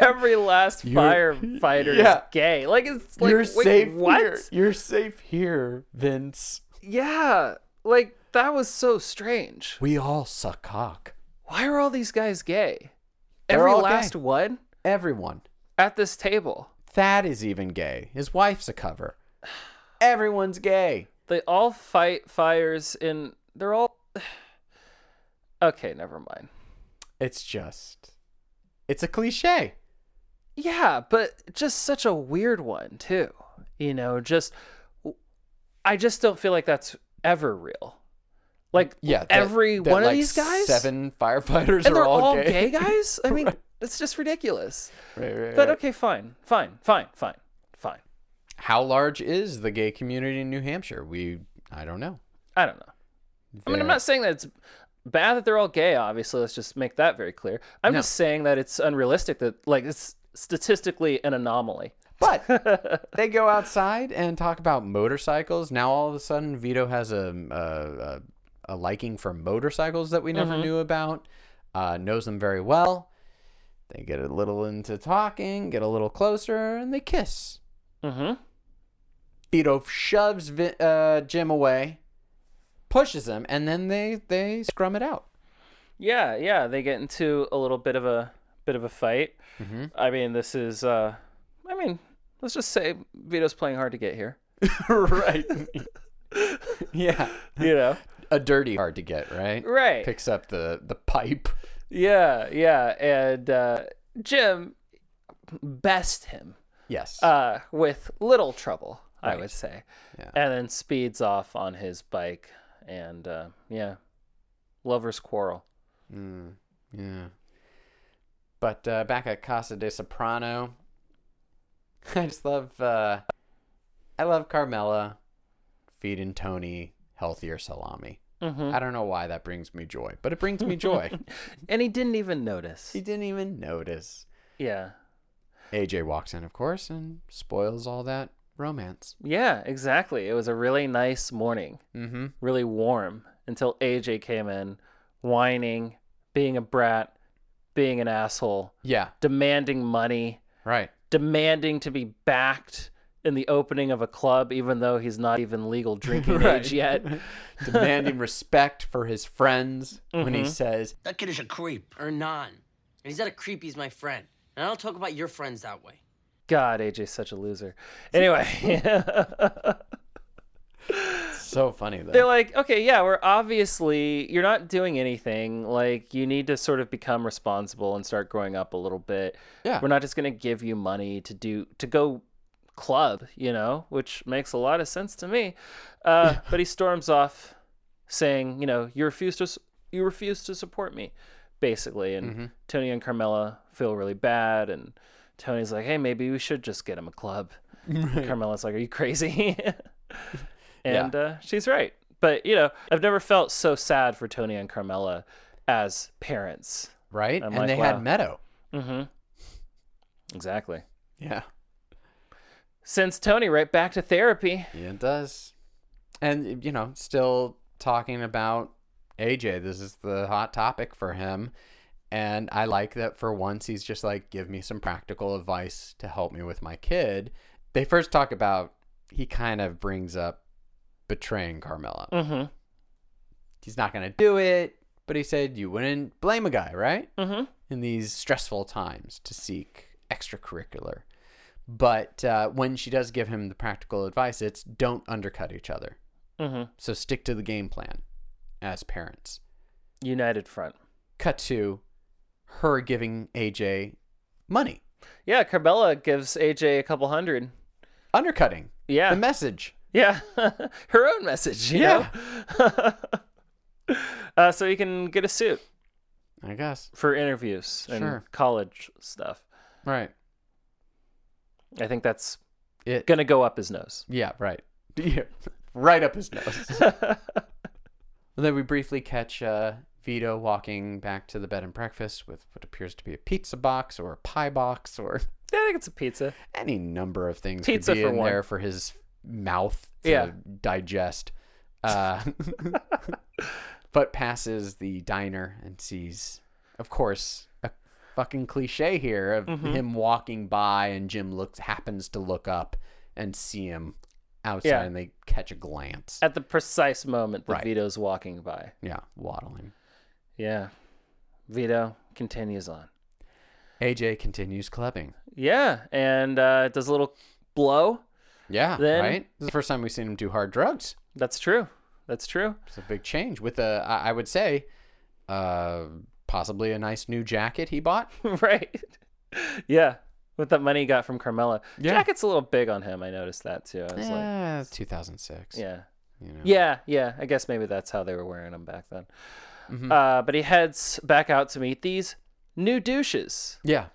Every last You're- firefighter is yeah. gay. Like, it's like, You're wait, safe what? here. You're safe here, Vince. Yeah. Like, that was so strange. We all suck cock. Why are all these guys gay? They're Every all gay. last one Everyone. at this table. Thad is even gay. His wife's a cover. Everyone's gay. They all fight fires in. They're all. Okay, never mind. It's just, it's a cliche. Yeah, but just such a weird one too. You know, just I just don't feel like that's ever real. Like Mm, Yeah, that- every that, one of like, these guys, seven firefighters and are they're all, all gay. gay, guys. I mean, it's just ridiculous. Right, right, But right. okay, fine, fine, fine, fine, fine. How large is the gay community in New Hampshire? We, I don't know. I don't know. I mean, I'm They're- not saying that it's bad that they're all gay, obviously. Let's just make that very clear. I'm just saying that it's unrealistic that, like, it's statistically an anomaly. But they go outside and talk about motorcycles. Now all of a sudden, Vito has a a, a, a liking for motorcycles that we never knew about. Uh, knows them very well. They get a little into talking, get a little closer, and they kiss. Mhm. Vito shoves Vi- uh, Jim away, pushes him, and then they they scrum it out. Yeah, yeah, they get into a little bit of a bit of a fight. Mm-hmm. I mean, this is. uh I mean, let's just say Vito's playing hard to get here. right. yeah. You know. A dirty hard to get, right? Right. Picks up the the pipe. Yeah, yeah, and uh, Jim best him Yes. uh, with little trouble, I would say, and then speeds off on his bike, and uh, yeah, lovers quarrel. Yeah. But uh, back at Casa de Soprano, I just love uh, I love Carmela feeding Tony healthier salami. Mm-hmm. I don't know why that brings me joy, but it brings me joy. And he didn't even notice. he didn't even notice. Yeah, AJ walks in, of course, and spoils all that romance. yeah, exactly. It was a really nice morning, Mm-hmm. really warm, until AJ came in, whining, being a brat, being an asshole, Yeah. demanding money. Right. demanding to be backed in the opening of a club, even though he's not even legal drinking age yet. Demanding respect for his friends when Mm-hmm. he says, That kid is a creep. Or non. And he's not a creep, he's my friend. And I don't talk about your friends that way. God, AJ's such a loser. Anyway, "So funny they're though." like, okay, yeah, we're obviously, you're not doing anything. Like, you need to sort of become responsible and start growing up a little bit. Yeah. We're not just going to give you money to do, to go club, you know, which makes a lot of sense to me. Uh, but he storms off saying, you know, you refuse to s- you refuse to support me, basically. And Mm-hmm. Tony and Carmela feel really bad, and Tony's like, hey, maybe we should just get him a club. And Carmela's like, are you crazy? and uh, she's right. But you know, I've never felt so sad for Tony and Carmela as parents. Right? I'm and like, they wow. had Meadow. Exactly. Yeah. Sends Tony right back to therapy. Yeah, it does. And you know, still talking about AJ. This is the hot topic for him. And I like that for once he's just like, give me some practical advice to help me with my kid. They first talk about he kind of brings up betraying Carmela. Mm-hmm. He's not gonna do it, but he said you wouldn't blame a guy, right? Mhm. In these stressful times to seek extracurricular. But uh, when she does give him the practical advice, it's don't undercut each other. Mm-hmm. So stick to the game plan as parents. United Front. Cut to her giving AJ money, Yeah, Carmela gives AJ a couple hundred. undercutting Yeah. the message. Yeah, her own message. You Yeah. know? uh, so you can get a suit I guess. for interviews and Sure. college stuff. Right. I think that's It. gonna go up his nose. Yeah. Right. Yeah. right up his nose. And then we briefly catch uh, Vito walking back to the bed and breakfast with what appears to be a pizza box or a pie box or Yeah, I think it's a pizza. any number of things Pizza could be for in one. there for his mouth to Yeah. digest. Uh, but passes the diner and sees, of course, a fucking cliche here of Mm-hmm. him walking by and Jim looks happens to look up and see him outside Yeah. and they catch a glance. At the precise moment that Right. Vito's walking by. yeah, waddling. Yeah. Vito continues on. AJ continues clubbing. Yeah, and uh, does a little blow. Yeah, Then- right. This is the first time we've seen him do hard drugs. That's true. That's true. It's a big change with a, I I would say, uh, possibly a nice new jacket he bought. right. Yeah. With that money he got from Carmela. Yeah. Jacket's a little big on him. I noticed that too. I was like, Yeah, 2006. Yeah. you know. Yeah, yeah. I guess maybe that's how they were wearing them back then. Mm-hmm. Uh, but he heads back out to meet these new douches. yeah,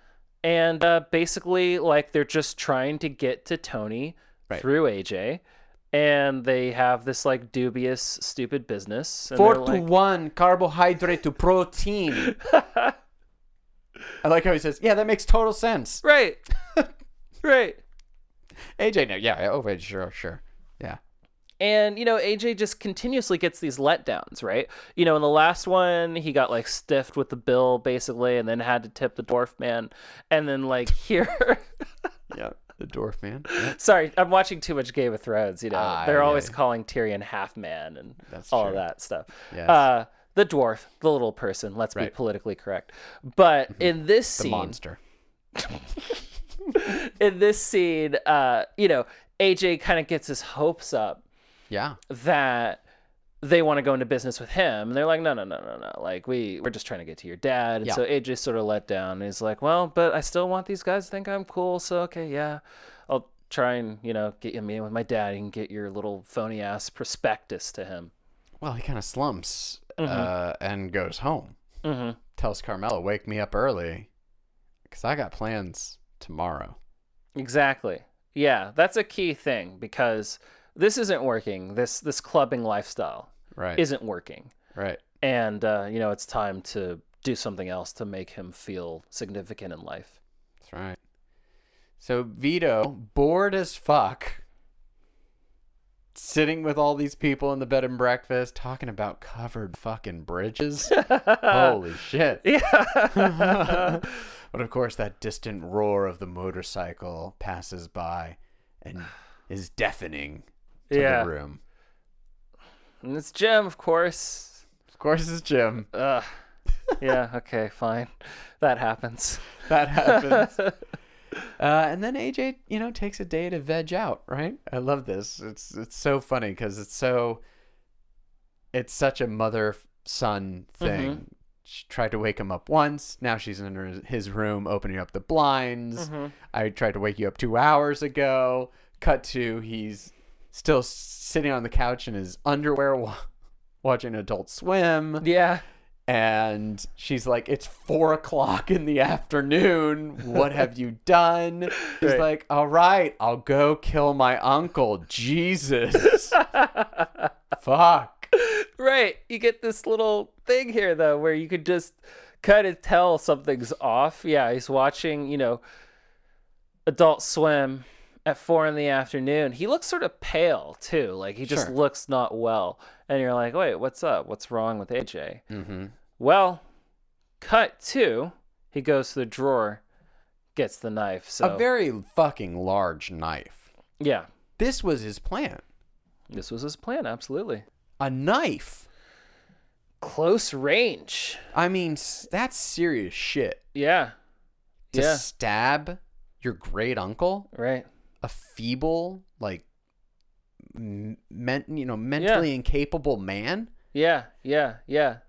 And uh, basically, like, they're just trying to get to Tony Right. through AJ. and they have this like dubious, stupid business. And they're Four to like- one carbohydrate to protein. I like how he says, "Yeah, that makes total sense." Right. right. AJ, no, yeah, oh wait, sure, sure, yeah. And you know, AJ just continuously gets these letdowns, right? You know, in the last one, he got like stiffed with the bill basically, and then had to tip the dwarf man, and then like here. Yeah. The dwarf man. Sorry, I'm watching too much Game of Thrones. You know, Ah, they're yeah, always yeah. calling Tyrion half man and That's all true. that stuff. Yes. Uh, the dwarf, the little person. Let's Right. Mm-hmm. be politically correct. But in this The scene, monster. in this scene, uh, you know, AJ kind of gets his hopes up Yeah. that they want to go into business with him. And they're like, no, no, no, no, no. Like we we're just trying to get to your dad. And Yeah. so AJ sort of let down. And he's like, well, but I still want these guys to think I'm cool. So okay, yeah, I'll try and you know get you a meeting with my dad and get your little phony ass prospectus to him. Well, he kind of slumps uh, and goes home. Mm-hmm. Tells Carmela, "Wake me up early, cause I got plans tomorrow." Exactly. Yeah, that's a key thing because this isn't working. This this clubbing lifestyle Right. isn't working. right. and uh, you know it's time to do something else to make him feel significant in life. That's right. So Vito, bored as fuck, sitting with all these people in the bed and breakfast, talking about covered fucking bridges. Holy shit. Yeah. but of course, that distant roar of the motorcycle passes by and is deafening to Yeah. the room. And Mm, it's Jim, of course. Of course, it's Jim. Ugh. yeah. Okay. Fine. That happens. That happens. uh, and then AJ, you know, takes a day to veg out, right? I love this. It's it's so funny because it's so it's such a mother son thing. She tried to wake him up once. Now she's in her, his room, opening up the blinds. I tried to wake you up two hours ago. Cut to he's still s- sitting on the couch in his underwear, wa- watching Adult Swim Yeah. and she's like, "It's four o'clock in the afternoon. What have you done?" He's Right. like, "All right, I'll go kill my uncle." Jesus, fuck. Right. You get this little thing here though, where you could just kind of tell something's off. Yeah, he's watching. You know, Adult Swim at four in the afternoon. He looks sort of pale too. Like he just Sure. looks not well. And you're like, wait, what's up? What's wrong with AJ? Mm-hmm. Well, cut two. He goes to the drawer, gets the knife. So A very fucking large knife. yeah, This was his plan. this was his plan. Absolutely, A knife. close range. I mean, s- that's serious shit. Yeah, To yeah, stab your great uncle, right. a feeble, like, m- men- you know, mentally incapable man. Yeah, yeah, yeah.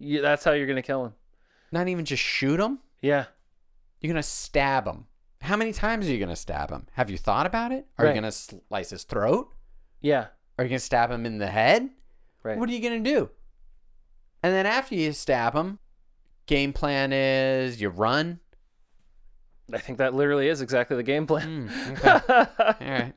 You, that's how you're gonna kill him. Not even just shoot him. Yeah, You're going to stab him. How many times are you going to stab him? Have you thought about it? Are Right. you going to slice his throat? yeah, Are you going to stab him in the head? right. What are you going to do? And then after you stab him, game plan is you run. I think that literally is exactly the game plan. Hmm, All right.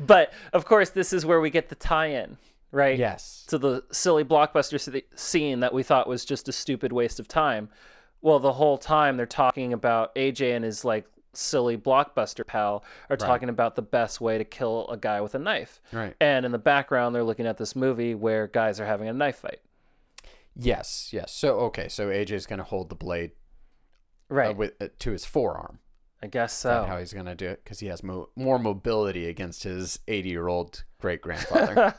but of course, this is where we get the tie-in, right? Yes. to the silly blockbuster s- scene that we thought was just a stupid waste of time. Well, the whole time they're talking about AJ and his like silly blockbuster pal are talking about the best way to kill a guy with a knife. Right. And in the background, they're looking at this movie where guys are having a knife fight. Yes. Yes. So, okay. So AJ's going to hold the blade uh, Right. Oh. with, uh, to his forearm. I guess Is that so. how he's going to do it? Because he has mo- more mobility against his 80 year old great grandfather.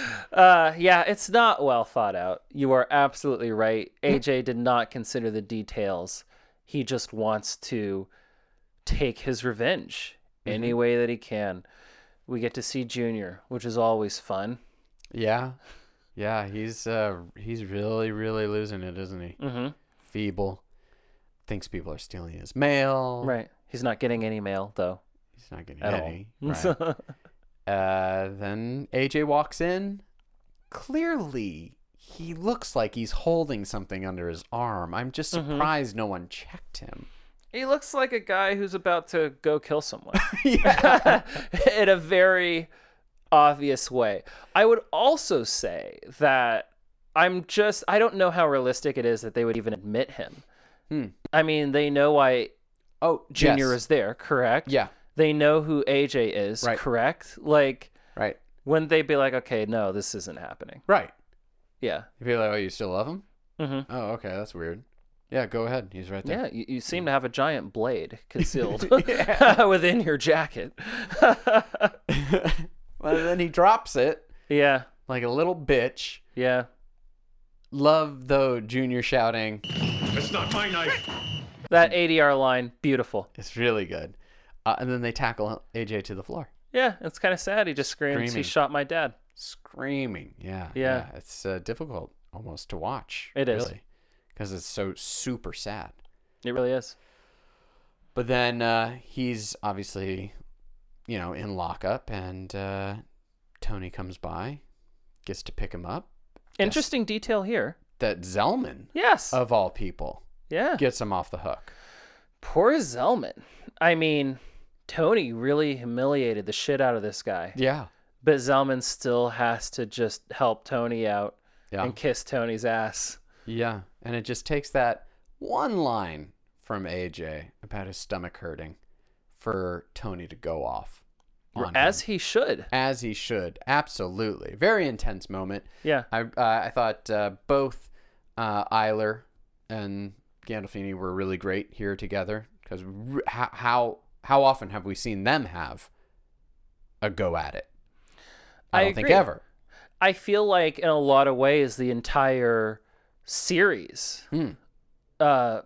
uh, yeah, it's not well thought out. You are absolutely right. AJ did not consider the details. He just wants to take his revenge Mm-hmm. any way that he can. We get to see Junior, which is always fun. yeah. Yeah. He's, uh, he's really, really losing it, isn't he? Mm-hmm. feeble, thinks people are stealing his mail. Right. He's not getting any mail though. He's not getting At all. any. Right. uh, then AJ walks in. Clearly, he looks like he's holding something under his arm. I'm just Mm-hmm. surprised no one checked him. He looks like a guy who's about to go kill someone. In a very obvious way. I would also say that I'm just I don't know how realistic it is that they would even admit him. Hmm. I mean, they know why Oh, Junior yes. is there, correct? Yeah. They know who AJ is, Right. correct? Like Right. wouldn't they be like, okay, no, this isn't happening? Right. Yeah. You'd be like, oh, you still love him? Mhm. Oh, okay. That's weird. Yeah, go ahead. He's right there. Yeah, you, you seem to have a giant blade concealed within your jacket. Well, then he drops it yeah, like a little bitch. yeah. Love, though, Junior shouting. That Hmm. ADR line, beautiful. It's really good. Uh, and then they tackle AJ to the floor, Yeah, it's kind of sad. He just screams, Screaming. he shot my dad. screaming. Yeah. Yeah. It's uh, difficult almost to watch. It is. Because it's so super sad. It really is. But then uh, he's obviously, you know, in lockup, and uh, Tony comes by, gets to pick him up. Interesting detail here. That Zellman, Yes. of all people, yeah. gets him off the hook. Poor Zellman. I mean, Tony really humiliated the shit out of this guy. Yeah. But Zellman still has to just help Tony out Yeah. and kiss Tony's ass. Yeah. And it just takes that one line from AJ about his stomach hurting for Tony to go off. on him. As he should. as he should. Absolutely. Very intense moment. Yeah. I uh, I thought uh, both uh, Eiler and Gandolfini were really great here together because how, how how often have we seen them have a go at it? I, I don't think agree. ever. I feel like in a lot of ways the entire series Hmm. uh,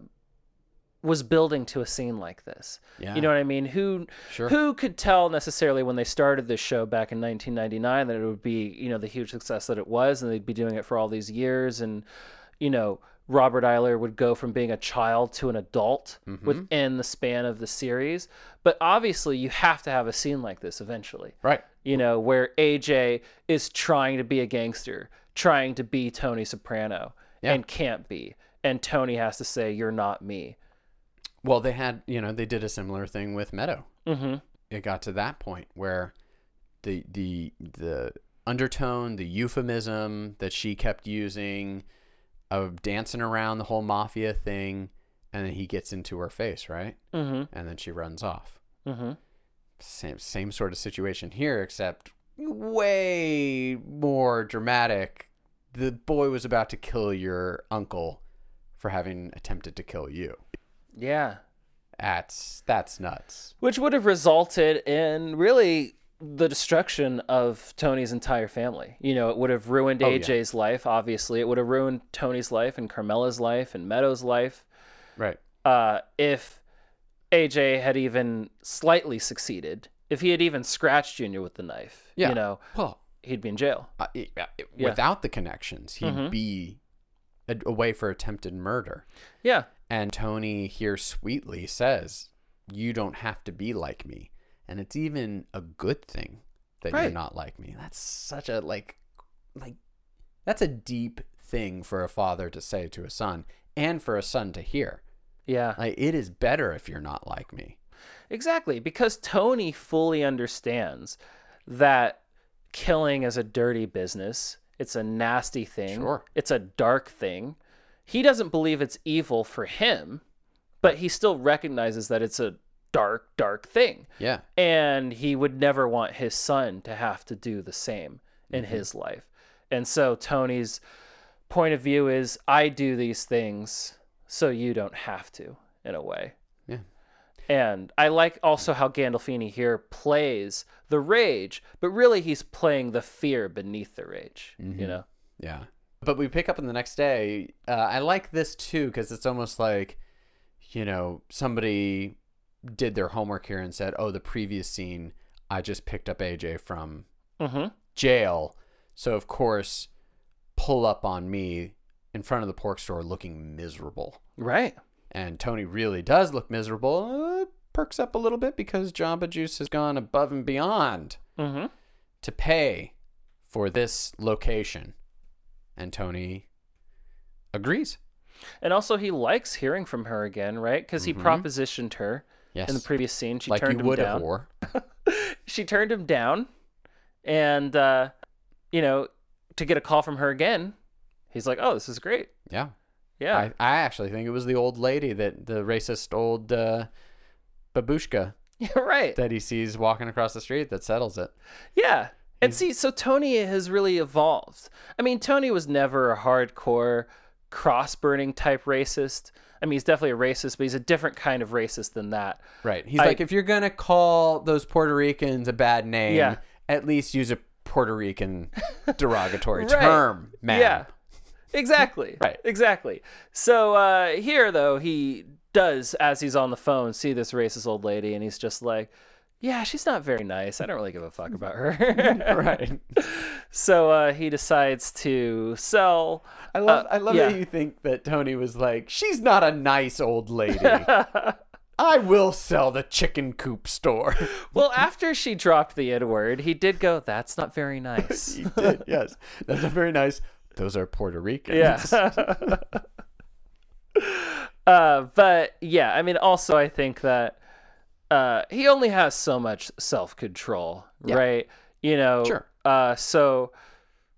was building to a scene like this. Yeah. You know what I mean? Who Sure. who could tell necessarily when they started this show back in 1999 that it would be you know the huge success that it was, and they'd be doing it for all these years, and you know Robert Eiler would go from being a child to an adult Mm-hmm. within the span of the series. But obviously, you have to have a scene like this eventually Right. you know, where AJ is trying to be a gangster, trying to be Tony Soprano, Yeah. and can't be. And Tony has to say, You're not me. Well, they had you know they did a similar thing with Meadow. Mm-hmm. It got to that point where the the the undertone, the euphemism that she kept using of dancing around the whole mafia thing, and then he gets into her face, right? Mm-hmm. and then she runs off. Mm-hmm. Same same sort of situation here, except way more dramatic. The boy was about to kill your uncle for having attempted to kill you. Yeah. That's that's nuts. Which would have resulted in really the destruction of Tony's entire family. You know, it would have ruined Oh, yeah. AJ's life, obviously. It would have ruined Tony's life and Carmela's life and Meadow's life. Right. uh, if AJ had even slightly succeeded, if he had even scratched Junior with the knife, Yeah. you know, Well, he'd be in jail. uh, it- uh, it- without the connections, he'd Mhm. be a- away for attempted murder. Yeah. And Tony here sweetly says, "You don't have to be like me." And it's even a good thing that you're Right. not like me. That's such a like like that's a deep thing for a father to say to a son and for a son to hear. Yeah. Like it is better if you're not like me. Exactly. Because Tony fully understands that killing is a dirty business, it's a nasty thing, Sure. it's a dark thing. He doesn't believe it's evil for him, but he still recognizes that it's a dark, dark thing. Yeah. and he would never want his son to have to do the same in Mm-hmm. his life. And so Tony's point of view is I do these things so you don't have to in a way. Yeah. And I like also how Gandolfini here plays the rage, but really he's playing the fear beneath the rage, Mm-hmm. you know. Yeah. But we pick up on the next day. Uh, I like this too because it's almost like, you know, somebody did their homework here and said, oh, the previous scene, I just picked up AJ from Mhm. jail. So, of course, pull up on me in front of the pork store looking miserable. Right. And Tony really does look miserable. Uh, perks up a little bit because Jamba Juice has gone above and beyond Mhm. to pay for this location. And Tony agrees. And also he likes hearing from her again, right? Cuz he propositioned her Mm-hmm. Yes. in the previous scene. She like turned you him would down. have war. she turned him down And, uh, you know, to get a call from her again, he's like, oh, this is great. Yeah. Yeah. I, I actually think it was the old lady that the racist old uh, babushka right. that he sees walking across the street that settles it. Yeah. And see, so Tony has really evolved. I mean, Tony was never a hardcore cross burning type racist. I mean, he's definitely a racist, but he's a different kind of racist than that. Right. He's I- like, if you're going to call those Puerto Ricans a bad name, Yeah. at least use a Puerto Rican derogatory Right. term, man. Yeah. Exactly. Right. Exactly. So uh, here, though, he does, as he's on the phone, see this racist old lady, and he's just like, yeah, she's not very nice. I don't really give a fuck about her. Right. so uh, he decides to sell. I love Uh, I love yeah. that you think that Tony was like, she's not a nice old lady. I will sell the chicken coop store. Well, after she dropped the N word, he did go, that's not very nice. he did, yes. That's not very nice. Those are Puerto Ricans. Yeah. uh, but yeah, I mean, also, I think that uh, he only has so much self control, right? You know, Sure. uh, so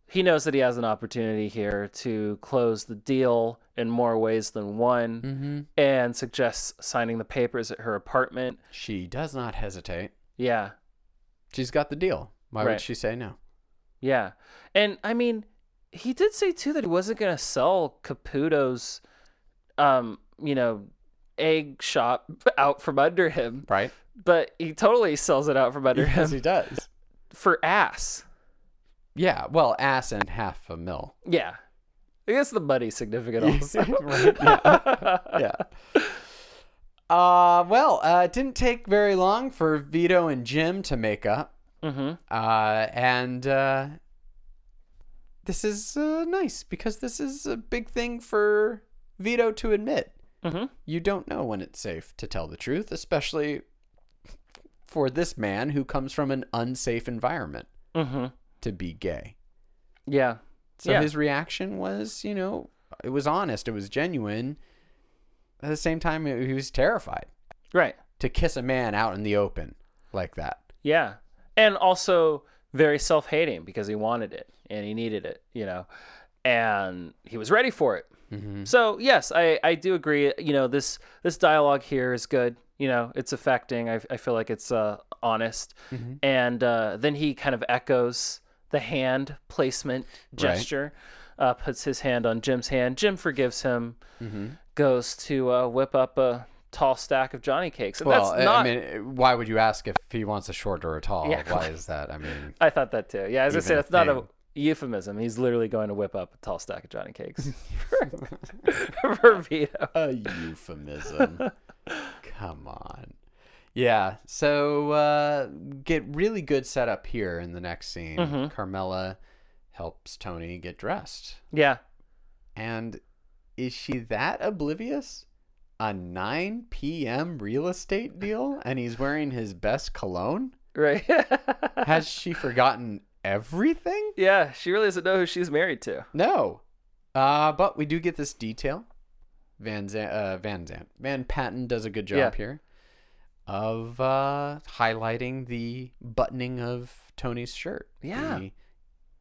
he knows that he has an opportunity here to close the deal in more ways than one and suggests signing the papers at her apartment. She does not hesitate. Yeah. She's got the deal. Why Right. would she say no? Yeah. And I mean, he did say too that he wasn't going to sell Caputo's um, you know, egg shop out from under him, Right? but he totally sells it out from under Yes, he him does. for ass. Yeah, well, ass and half a mill. Yeah. I guess the money's significant also. Right, yeah. yeah. Uh, well, uh, it didn't take very long for Vito and Jim to make up. Mhm. Uh, and uh, this is uh, nice because this is a big thing for Vito to admit. Mhm. You don't know when it's safe to tell the truth, especially for this man who comes from an unsafe environment Mm-hmm. hmm to be gay. Yeah. So yeah. his reaction was, you know, it was honest, it was genuine. At the same time, he was terrified Right. to kiss a man out in the open like that. Yeah. And also very self hating because he wanted it and he needed it, you know, and he was ready for it. Mm-hmm. So yes, I, I do agree. You know, this, this dialogue here is good. You know, it's affecting. I, I feel like it's uh, honest. Mm-hmm. And uh, then he kind of echoes the hand placement gesture, uh, puts his hand on Jim's hand. Jim forgives him, Mm-hmm. goes to uh, whip up a tall stack of Johnny cakes. And Well, that's I- not, I mean, why would you ask if he wants a short or a tall? Yeah, why is that? I mean, I thought that too. Yeah, as I Even said, a it's not a thing. euphemism. He's literally going to whip up a tall stack of Johnny cakes for, for Vito. a euphemism. Come on. Yeah. So uh, get really good setup here in the next scene. Mm-hmm. Carmela helps Tony get dressed. Yeah, And is she that oblivious? A 9 p.m. real estate deal and he's wearing his best cologne? right. Has she forgotten everything? yeah, she really doesn't know who she's married to. No. Uh, but we do get this detail. Van Zant, uh, Van Zant, Van Patten does a good job Yeah. here of uh, highlighting the buttoning of Tony's shirt. Yeah. The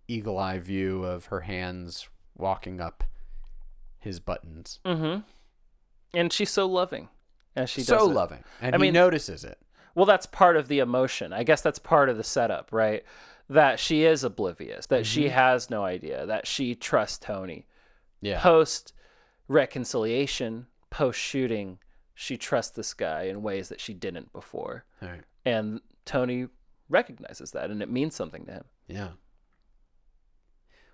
eagle eye view of her hands walking up his buttons. hmm And she's so loving, as she so does it. loving, and I he mean- notices it. Well, that's part of the emotion. I guess that's part of the setup, right? That she is oblivious, that she Mm-hmm. has no idea, that she trusts Tony. Yeah, post reconciliation, post shooting, she trusts this guy in ways that she didn't before. Right. And Tony recognizes that and it means something to him. yeah.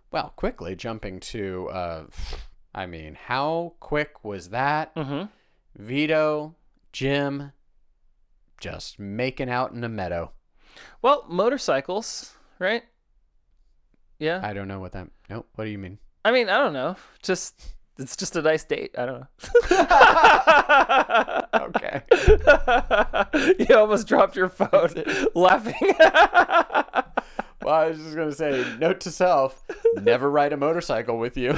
Well, quickly jumping to, uh, I mean, how quick was that? Mhm. Vito, Jim, just making out in a meadow. Well, motorcycles, right? Yeah. I don't know what that. Nope. What do you mean? I mean, I don't know. Just it's just a nice date. I don't Okay. know. you almost dropped your phone laughing. well, I was just gonna say, note to self: never ride a motorcycle with you.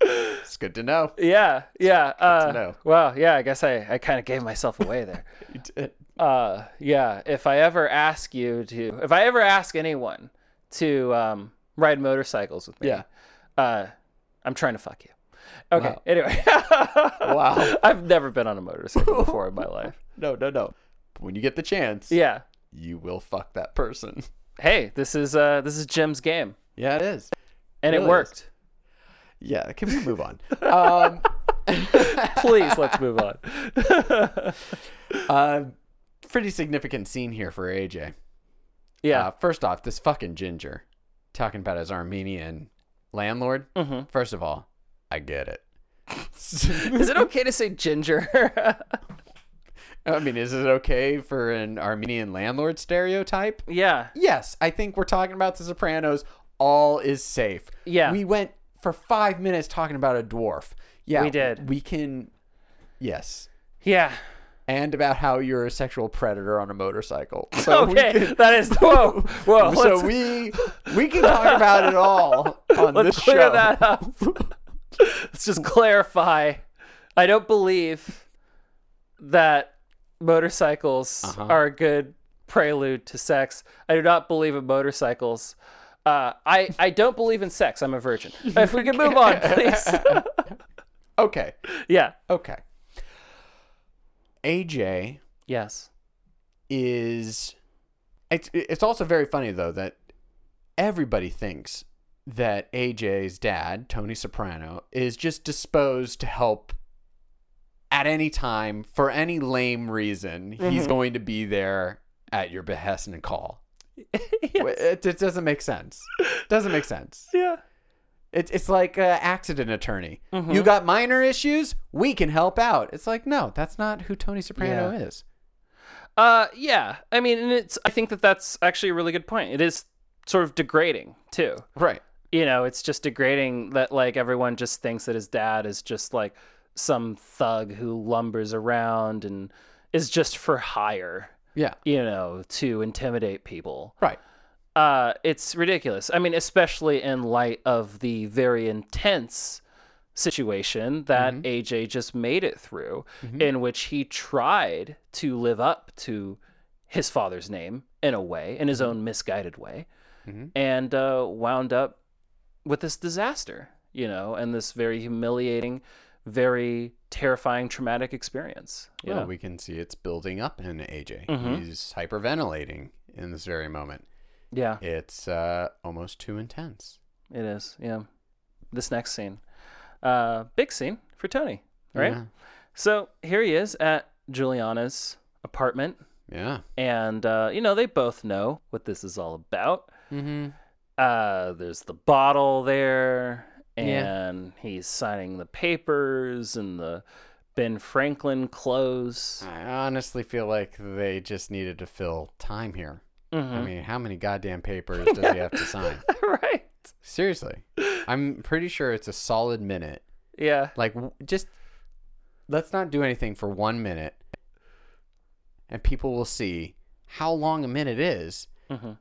it's good to know. yeah, yeah. Uh, know. Wow. Yeah, I guess I, I kind of gave myself away there. You did. Uh, yeah. If I ever ask you to, if I ever ask anyone to um, ride motorcycles with me, Yeah. uh, I'm trying to fuck you. Okay. Wow. Anyway. Wow. I've never been on a motorcycle before in my life. No, no, no. When you get the chance, Yeah. you will fuck that person. Hey, this is uh, this is Jim's game, Yeah, it is. and it Really is. worked. Yeah, can we move on? um, Please, let's move on. uh, pretty significant scene here for AJ. Yeah. Uh, first off, this fucking ginger talking about his Armenian landlord. Mm-hmm. First of all, I get it. is it okay to say ginger? I mean, is it okay for an Armenian landlord stereotype? yeah. Yes, I think we're talking about The Sopranos. All is safe. Yeah. We went for five minutes talking about a dwarf. Yeah. We did. We can. Yes. Yeah. And about how you're a sexual predator on a motorcycle. So Oh, we Okay. can- That is whoa, whoa. so let's- we we can talk about it all on Let's this clear show. that up. Let's just clarify. I don't believe that motorcycles are a good prelude to sex. I do not believe in motorcycles. Uh, I I don't believe in sex. I'm a virgin. If we can move on, please. Okay. yeah. Okay. AJ Yes. is it's it's also very funny though that everybody thinks that AJ's dad, Tony Soprano, is just disposed to help at any time for any lame reason. He's going to be there at your behest and call. it, it doesn't make sense. Doesn't make sense. Yeah. It's it's like an accident attorney. You got minor issues, we can help out. It's like no, that's not who Tony Soprano Yeah. is. Uh, yeah. I mean, and it's. I think that that's actually a really good point. It is sort of degrading too. Right. you know, it's just degrading that like everyone just thinks that his dad is just like some thug who lumbers around and is just for hire, Yeah. you know, to intimidate people. Right. Uh, it's ridiculous. I mean, especially in light of the very intense situation that AJ just made it through, in which he tried to live up to his father's name in a way, in his own misguided way, and uh, wound up with this disaster, you know, and this very humiliating, very terrifying, traumatic experience. You Well, know? we can see it's building up in AJ. He's hyperventilating in this very moment. yeah, It's uh, almost too intense. it is. Yeah. This next scene. Uh, big scene for Tony, right? Yeah. So here he is at Juliana's apartment, Yeah. and uh, you know they both know what this is all about. Mm-hmm. Uh, there's the bottle there, Yeah. and he's signing the papers and the Ben Franklin clothes. I honestly feel like they just needed to fill time here. I mean, how many goddamn papers does he have to sign? right? Seriously. I'm pretty sure it's a solid minute. Yeah. Like, w- just let's not do anything for one minute, and people will see how long a minute is. Mm-hmm.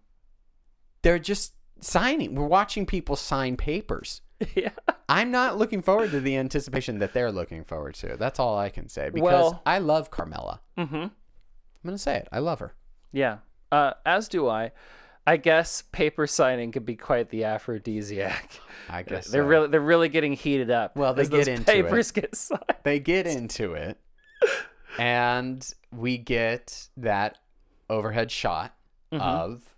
They're just signing. We're watching people sign papers. Yeah. I'm not looking forward to the anticipation that they're looking forward to. That's all I can say because Well- I love Carmela. Mm-hmm. I'm gonna say it. I love her. Yeah. Uh, as do I. I guess paper signing could be quite the aphrodisiac. I guess uh, They're so. really they're really getting heated up. Well, they as get those into it. papers get signed. They get into it, and we get that overhead shot Mm-hmm. of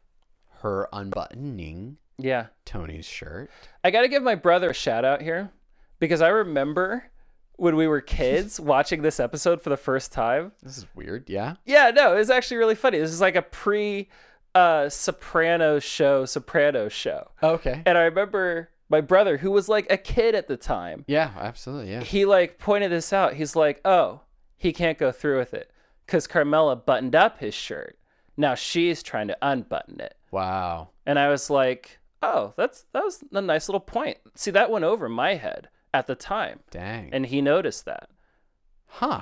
her unbuttoning Yeah. Tony's shirt. I got to give my brother a shout out here because I remember when we were kids watching this episode for the first time. This is weird, yeah. Yeah, no, it was actually really funny. This is like a pre uh, Soprano show, Soprano show. Okay. And I remember my brother, who was like a kid at the time, Yeah, absolutely, yeah. he like pointed this out. He's like, oh, he can't go through with it because Carmela buttoned up his shirt. Now she's trying to unbutton it. Wow. And I was like, oh, that's that was a nice little point. See, that went over my head at the time. Dang. And he noticed that. huh.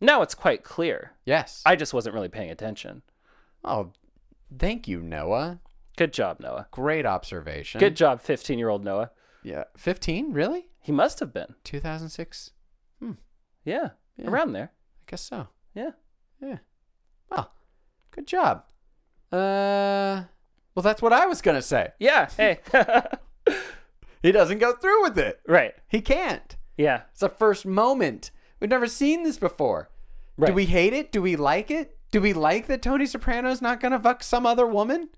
Now it's quite clear. Yes. I just wasn't really paying attention. oh, thank you, Noah. Good job, Noah. Great observation. Good job, 15 year old Noah. Yeah. 15, really? He must have been. 2006? Yeah, Yeah. around there. I guess so. Yeah. Yeah. Well, good job. Uh, well, that's what I was gonna say. Yeah. Hey. he doesn't go through with it. Right. He can't. Yeah. It's the first moment. We've never seen this before. Do Right. we hate it? Do we like it? Do we like that Tony Soprano's not gonna fuck some other woman?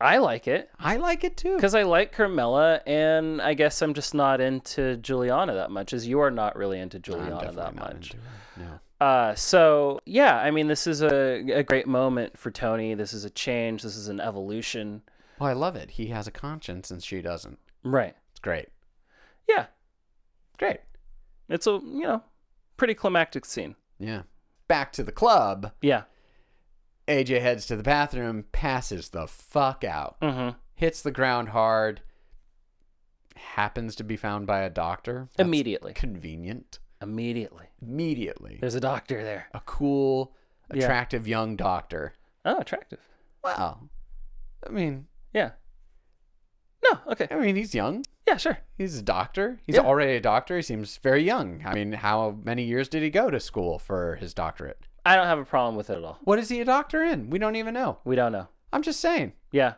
I like it I like it too. because I like Carmela, and I guess I'm just not into Juliana that much, as you are not really into Juliana that much. No. Uh, so yeah, I mean, this is a, a great moment for Tony. This is a change. This is an evolution. Well, I love it. He has a conscience and she doesn't. Right. It's great. Yeah. Great. It's a you know pretty climactic scene. Yeah. Back to the club. Yeah. AJ heads to the bathroom, passes the fuck out, Mm-hmm. hits the ground hard, happens to be found by a doctor. That's Immediately. Convenient. Immediately. Immediately. There's a doctor there. A cool, Yeah. attractive young doctor. Oh. Oh, attractive. Wow. I mean, Yeah. No. Okay. I mean, he's young. Yeah. Sure. He's a doctor. He's Yeah. already a doctor. He seems very young. I mean, how many years did he go to school for his doctorate? I don't have a problem with it at all. What is he a doctor in? We don't even know. We don't know. I'm just saying. Yeah.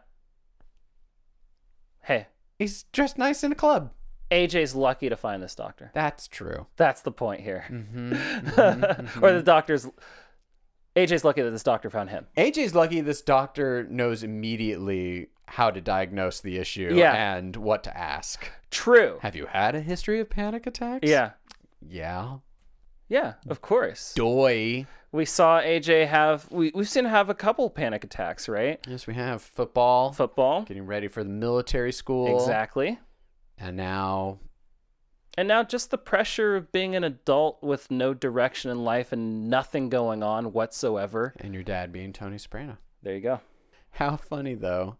Hey, He's dressed nice in a club. AJ's lucky to find this doctor. That's true. That's the point here. or the doctor's. AJ's lucky that this doctor found him. AJ's lucky this doctor knows immediately how to diagnose the issue Yeah. and what to ask. True. Have you had a history of panic attacks? Yeah. Yeah. Yeah, of course. Doy. We saw AJ have. We, we've seen him have a couple panic attacks, right? Yes, we have football. Football. Getting ready for the military school. Exactly. And now And now just the pressure of being an adult with no direction in life and nothing going on whatsoever. and your dad being Tony Soprano. There you go. How funny though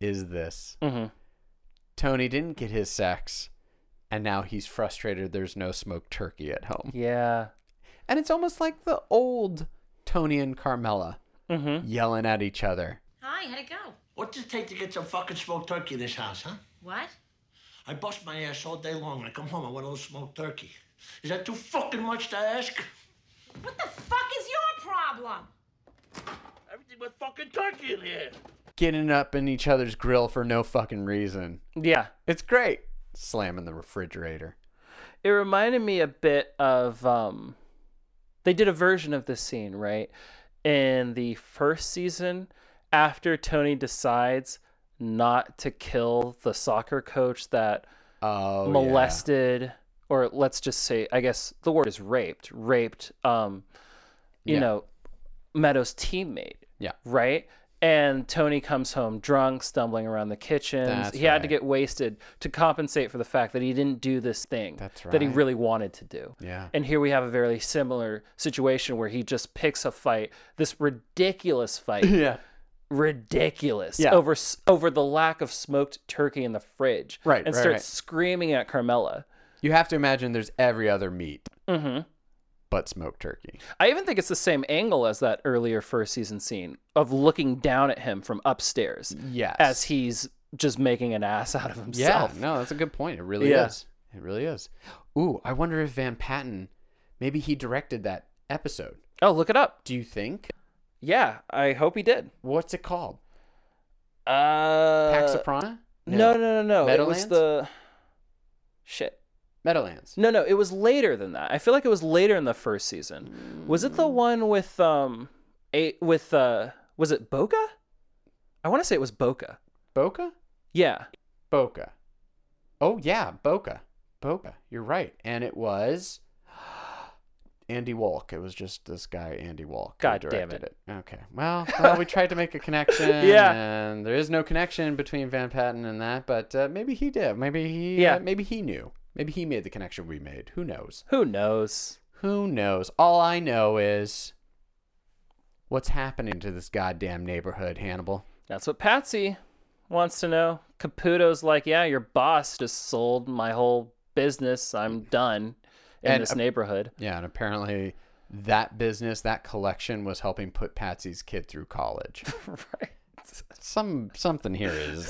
is this? Mm-hmm. Tony didn't get his sex, and now he's frustrated there's no smoked turkey at home. Yeah. And it's almost like the old Tony and Carmela Mm-hmm. yelling at each other. Hi, how'd it go? What's it take to get some fucking smoked turkey in this house, huh? What? I bust my ass all day long. When I come home, I want a little smoked turkey. Is that too fucking much to ask? What the fuck is your problem? Everything but fucking turkey in here. Getting up in each other's grill for no fucking reason. Yeah. It's great. Slamming the refrigerator. it reminded me a bit of um they did a version of this scene right in the first season after tony decides not to kill the soccer coach that Oh, yeah. molested or let's just say i guess the word is raped raped um you Yeah. know meadows teammate Yeah. right and tony comes home drunk stumbling around the kitchen That's he had to right. get wasted to compensate for the fact that he didn't do this thing That's that he right. really wanted to do Yeah. and here we have a very similar situation where he just picks a fight this ridiculous fight Yeah. ridiculous Yeah. over s- over the lack of smoked turkey in the fridge Right, and right, starts right. screaming at carmela You have to imagine there's every other meat hmm but smoked turkey. I even think it's the same angle as that earlier first season scene of looking down at him from upstairs Yes. as he's just making an ass out of himself. Yeah, no, that's a good point. It really Yeah. is. It really is. Ooh, I wonder if Van Patten, maybe he directed that episode. Oh, look it up. Do you think? Yeah, I hope he did. What's it called? Uh, Pax Soprana? No, no, no, no. Meadowlands? It was the shit. Meadowlands. No, no, it was later than that. I feel like it was later in the first season. Was it the one with um a with uh was it Boca? I want to say it was Boca. Boca? Yeah. Boca. Oh, yeah, Boca. Boca. You're right. And it was Andy Walk. It was just this guy, Andy Walk. who God damn directed Okay. Well, well, we tried to make a connection. Yeah. And there is no connection between Van Patten and that, but uh, maybe he did. Maybe he, uh, Yeah. maybe he knew. Maybe he made the connection we made. Who knows? Who knows? Who knows? All I know is what's happening to this goddamn neighborhood, Hannibal. That's what Patsy wants to know. Caputo's like, "Yeah, your boss just sold my whole business. I'm done in And, this uh, neighborhood." Yeah, and apparently that business, that collection was helping put Patsy's kid through college. right. Some something here is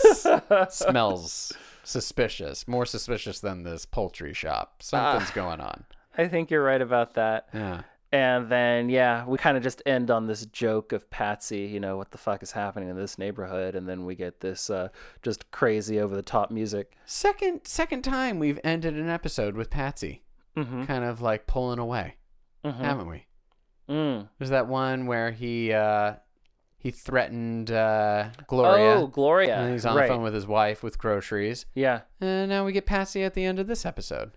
smells suspicious, more Ah. suspicious than this poultry shop. Something's going on. I think you're right about that. Yeah. And then, yeah, we kind of just end on this joke of Patsy, you know, what the fuck is happening in this neighborhood? And then we get this uh, just crazy over the top music. Second second time we've ended an episode with Patsy, Mm-hmm. kind of like pulling away, Mm-hmm. haven't we? Mm. There's that one where he uh, he threatened uh, Gloria. Oh, Gloria. And he's on right. the phone with his wife with groceries. Yeah. And now we get Patsy at the end of this episode.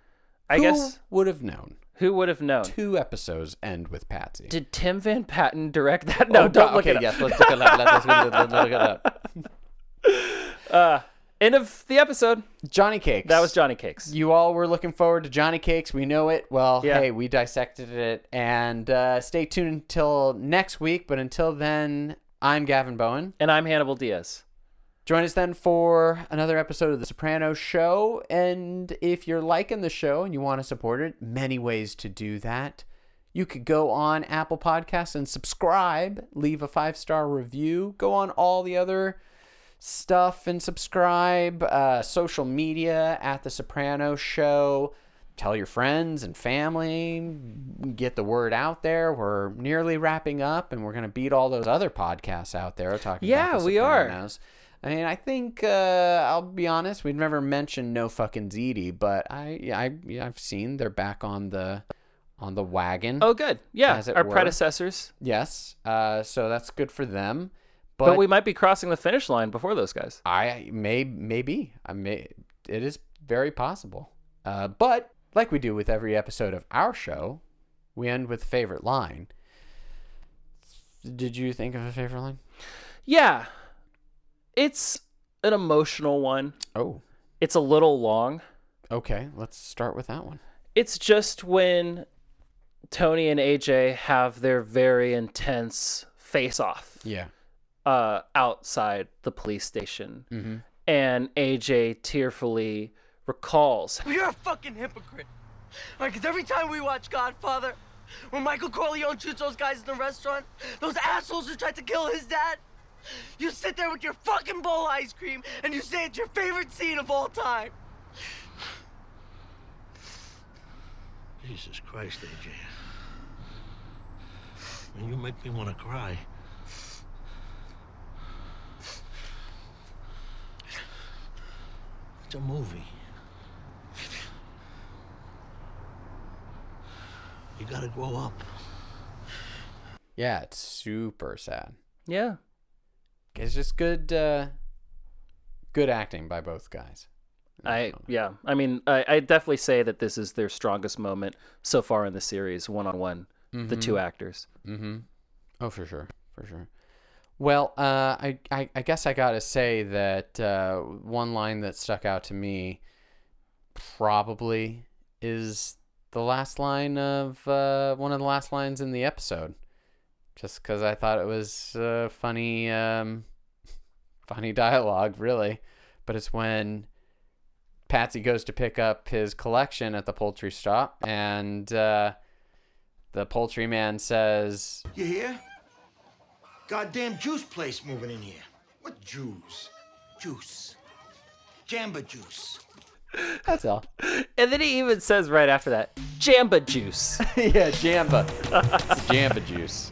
I Who guess would have known? who would have known? Two episodes end with Patsy. Did Tim Van Patten direct that? Oh, No, God, don't look okay, at it up. yes, let's look it up. Let's, let's- let's look it up. End of the episode. Johnny Cakes. That was Johnny Cakes. You all were looking forward to Johnny Cakes. We know it. Well, Yeah. hey, we dissected it. And uh, stay tuned until next week. But until then, I'm Gavin Bowen. And I'm Hannibal Diaz. Join us then for another episode of The Soprano Show. And if you're liking the show and you want to support it, many ways to do that. You could go on Apple Podcasts and subscribe, leave a five star review, go on all the other stuff and subscribe, uh, social media at The Soprano Show. Tell your friends and family, get the word out there. We're nearly wrapping up and we're going to beat all those other podcasts out there talking about Yeah, The we are. Sopranos. I mean, I think uh, I'll be honest. We've never mentioned No Fucking Ziti, but I, yeah, I, yeah, I've seen they're back on the, on the wagon. Oh, good. Yeah, As it our were. predecessors. yes. Uh, so that's good for them. But, But we might be crossing the finish line before those guys. I may, maybe, I may. It is very possible. Uh, but like we do with every episode of our show, we end with favorite line. Did you think of a favorite line? Yeah, it's an emotional one. Oh, It's a little long. okay. Let's start with that one. it's just when Tony and AJ have their very intense face off Yeah. uh, outside the police station. And AJ tearfully recalls You're a fucking hypocrite. Right, cause every time we watch Godfather, when Michael Corleone shoots those guys in the restaurant, those assholes who tried to kill his dad, you sit there with your fucking bowl of ice cream and you say it's your favorite scene of all time. Jesus Christ, AJ. Man, you make me want to cry. It's a movie. You gotta grow up. Yeah, it's super sad. Yeah. It's just good, uh, good acting by both guys. I yeah. I mean, I, I definitely say that this is their strongest moment so far in the series, one on one, the two actors. Oh, for sure, for sure. Well, uh, I, I, I guess I gotta say that uh, one line that stuck out to me probably is the last line of uh, one of the last lines in the episode. Just because I thought it was uh, funny, um, funny dialogue, really. But it's when Patsy goes to pick up his collection at the poultry shop, and uh, the poultry man says, You hear? Goddamn juice place moving in here. What Jews? Juice. Jamba juice. "That's all." And then he even says right after that, Jamba juice. yeah, Jamba. It's Jamba juice.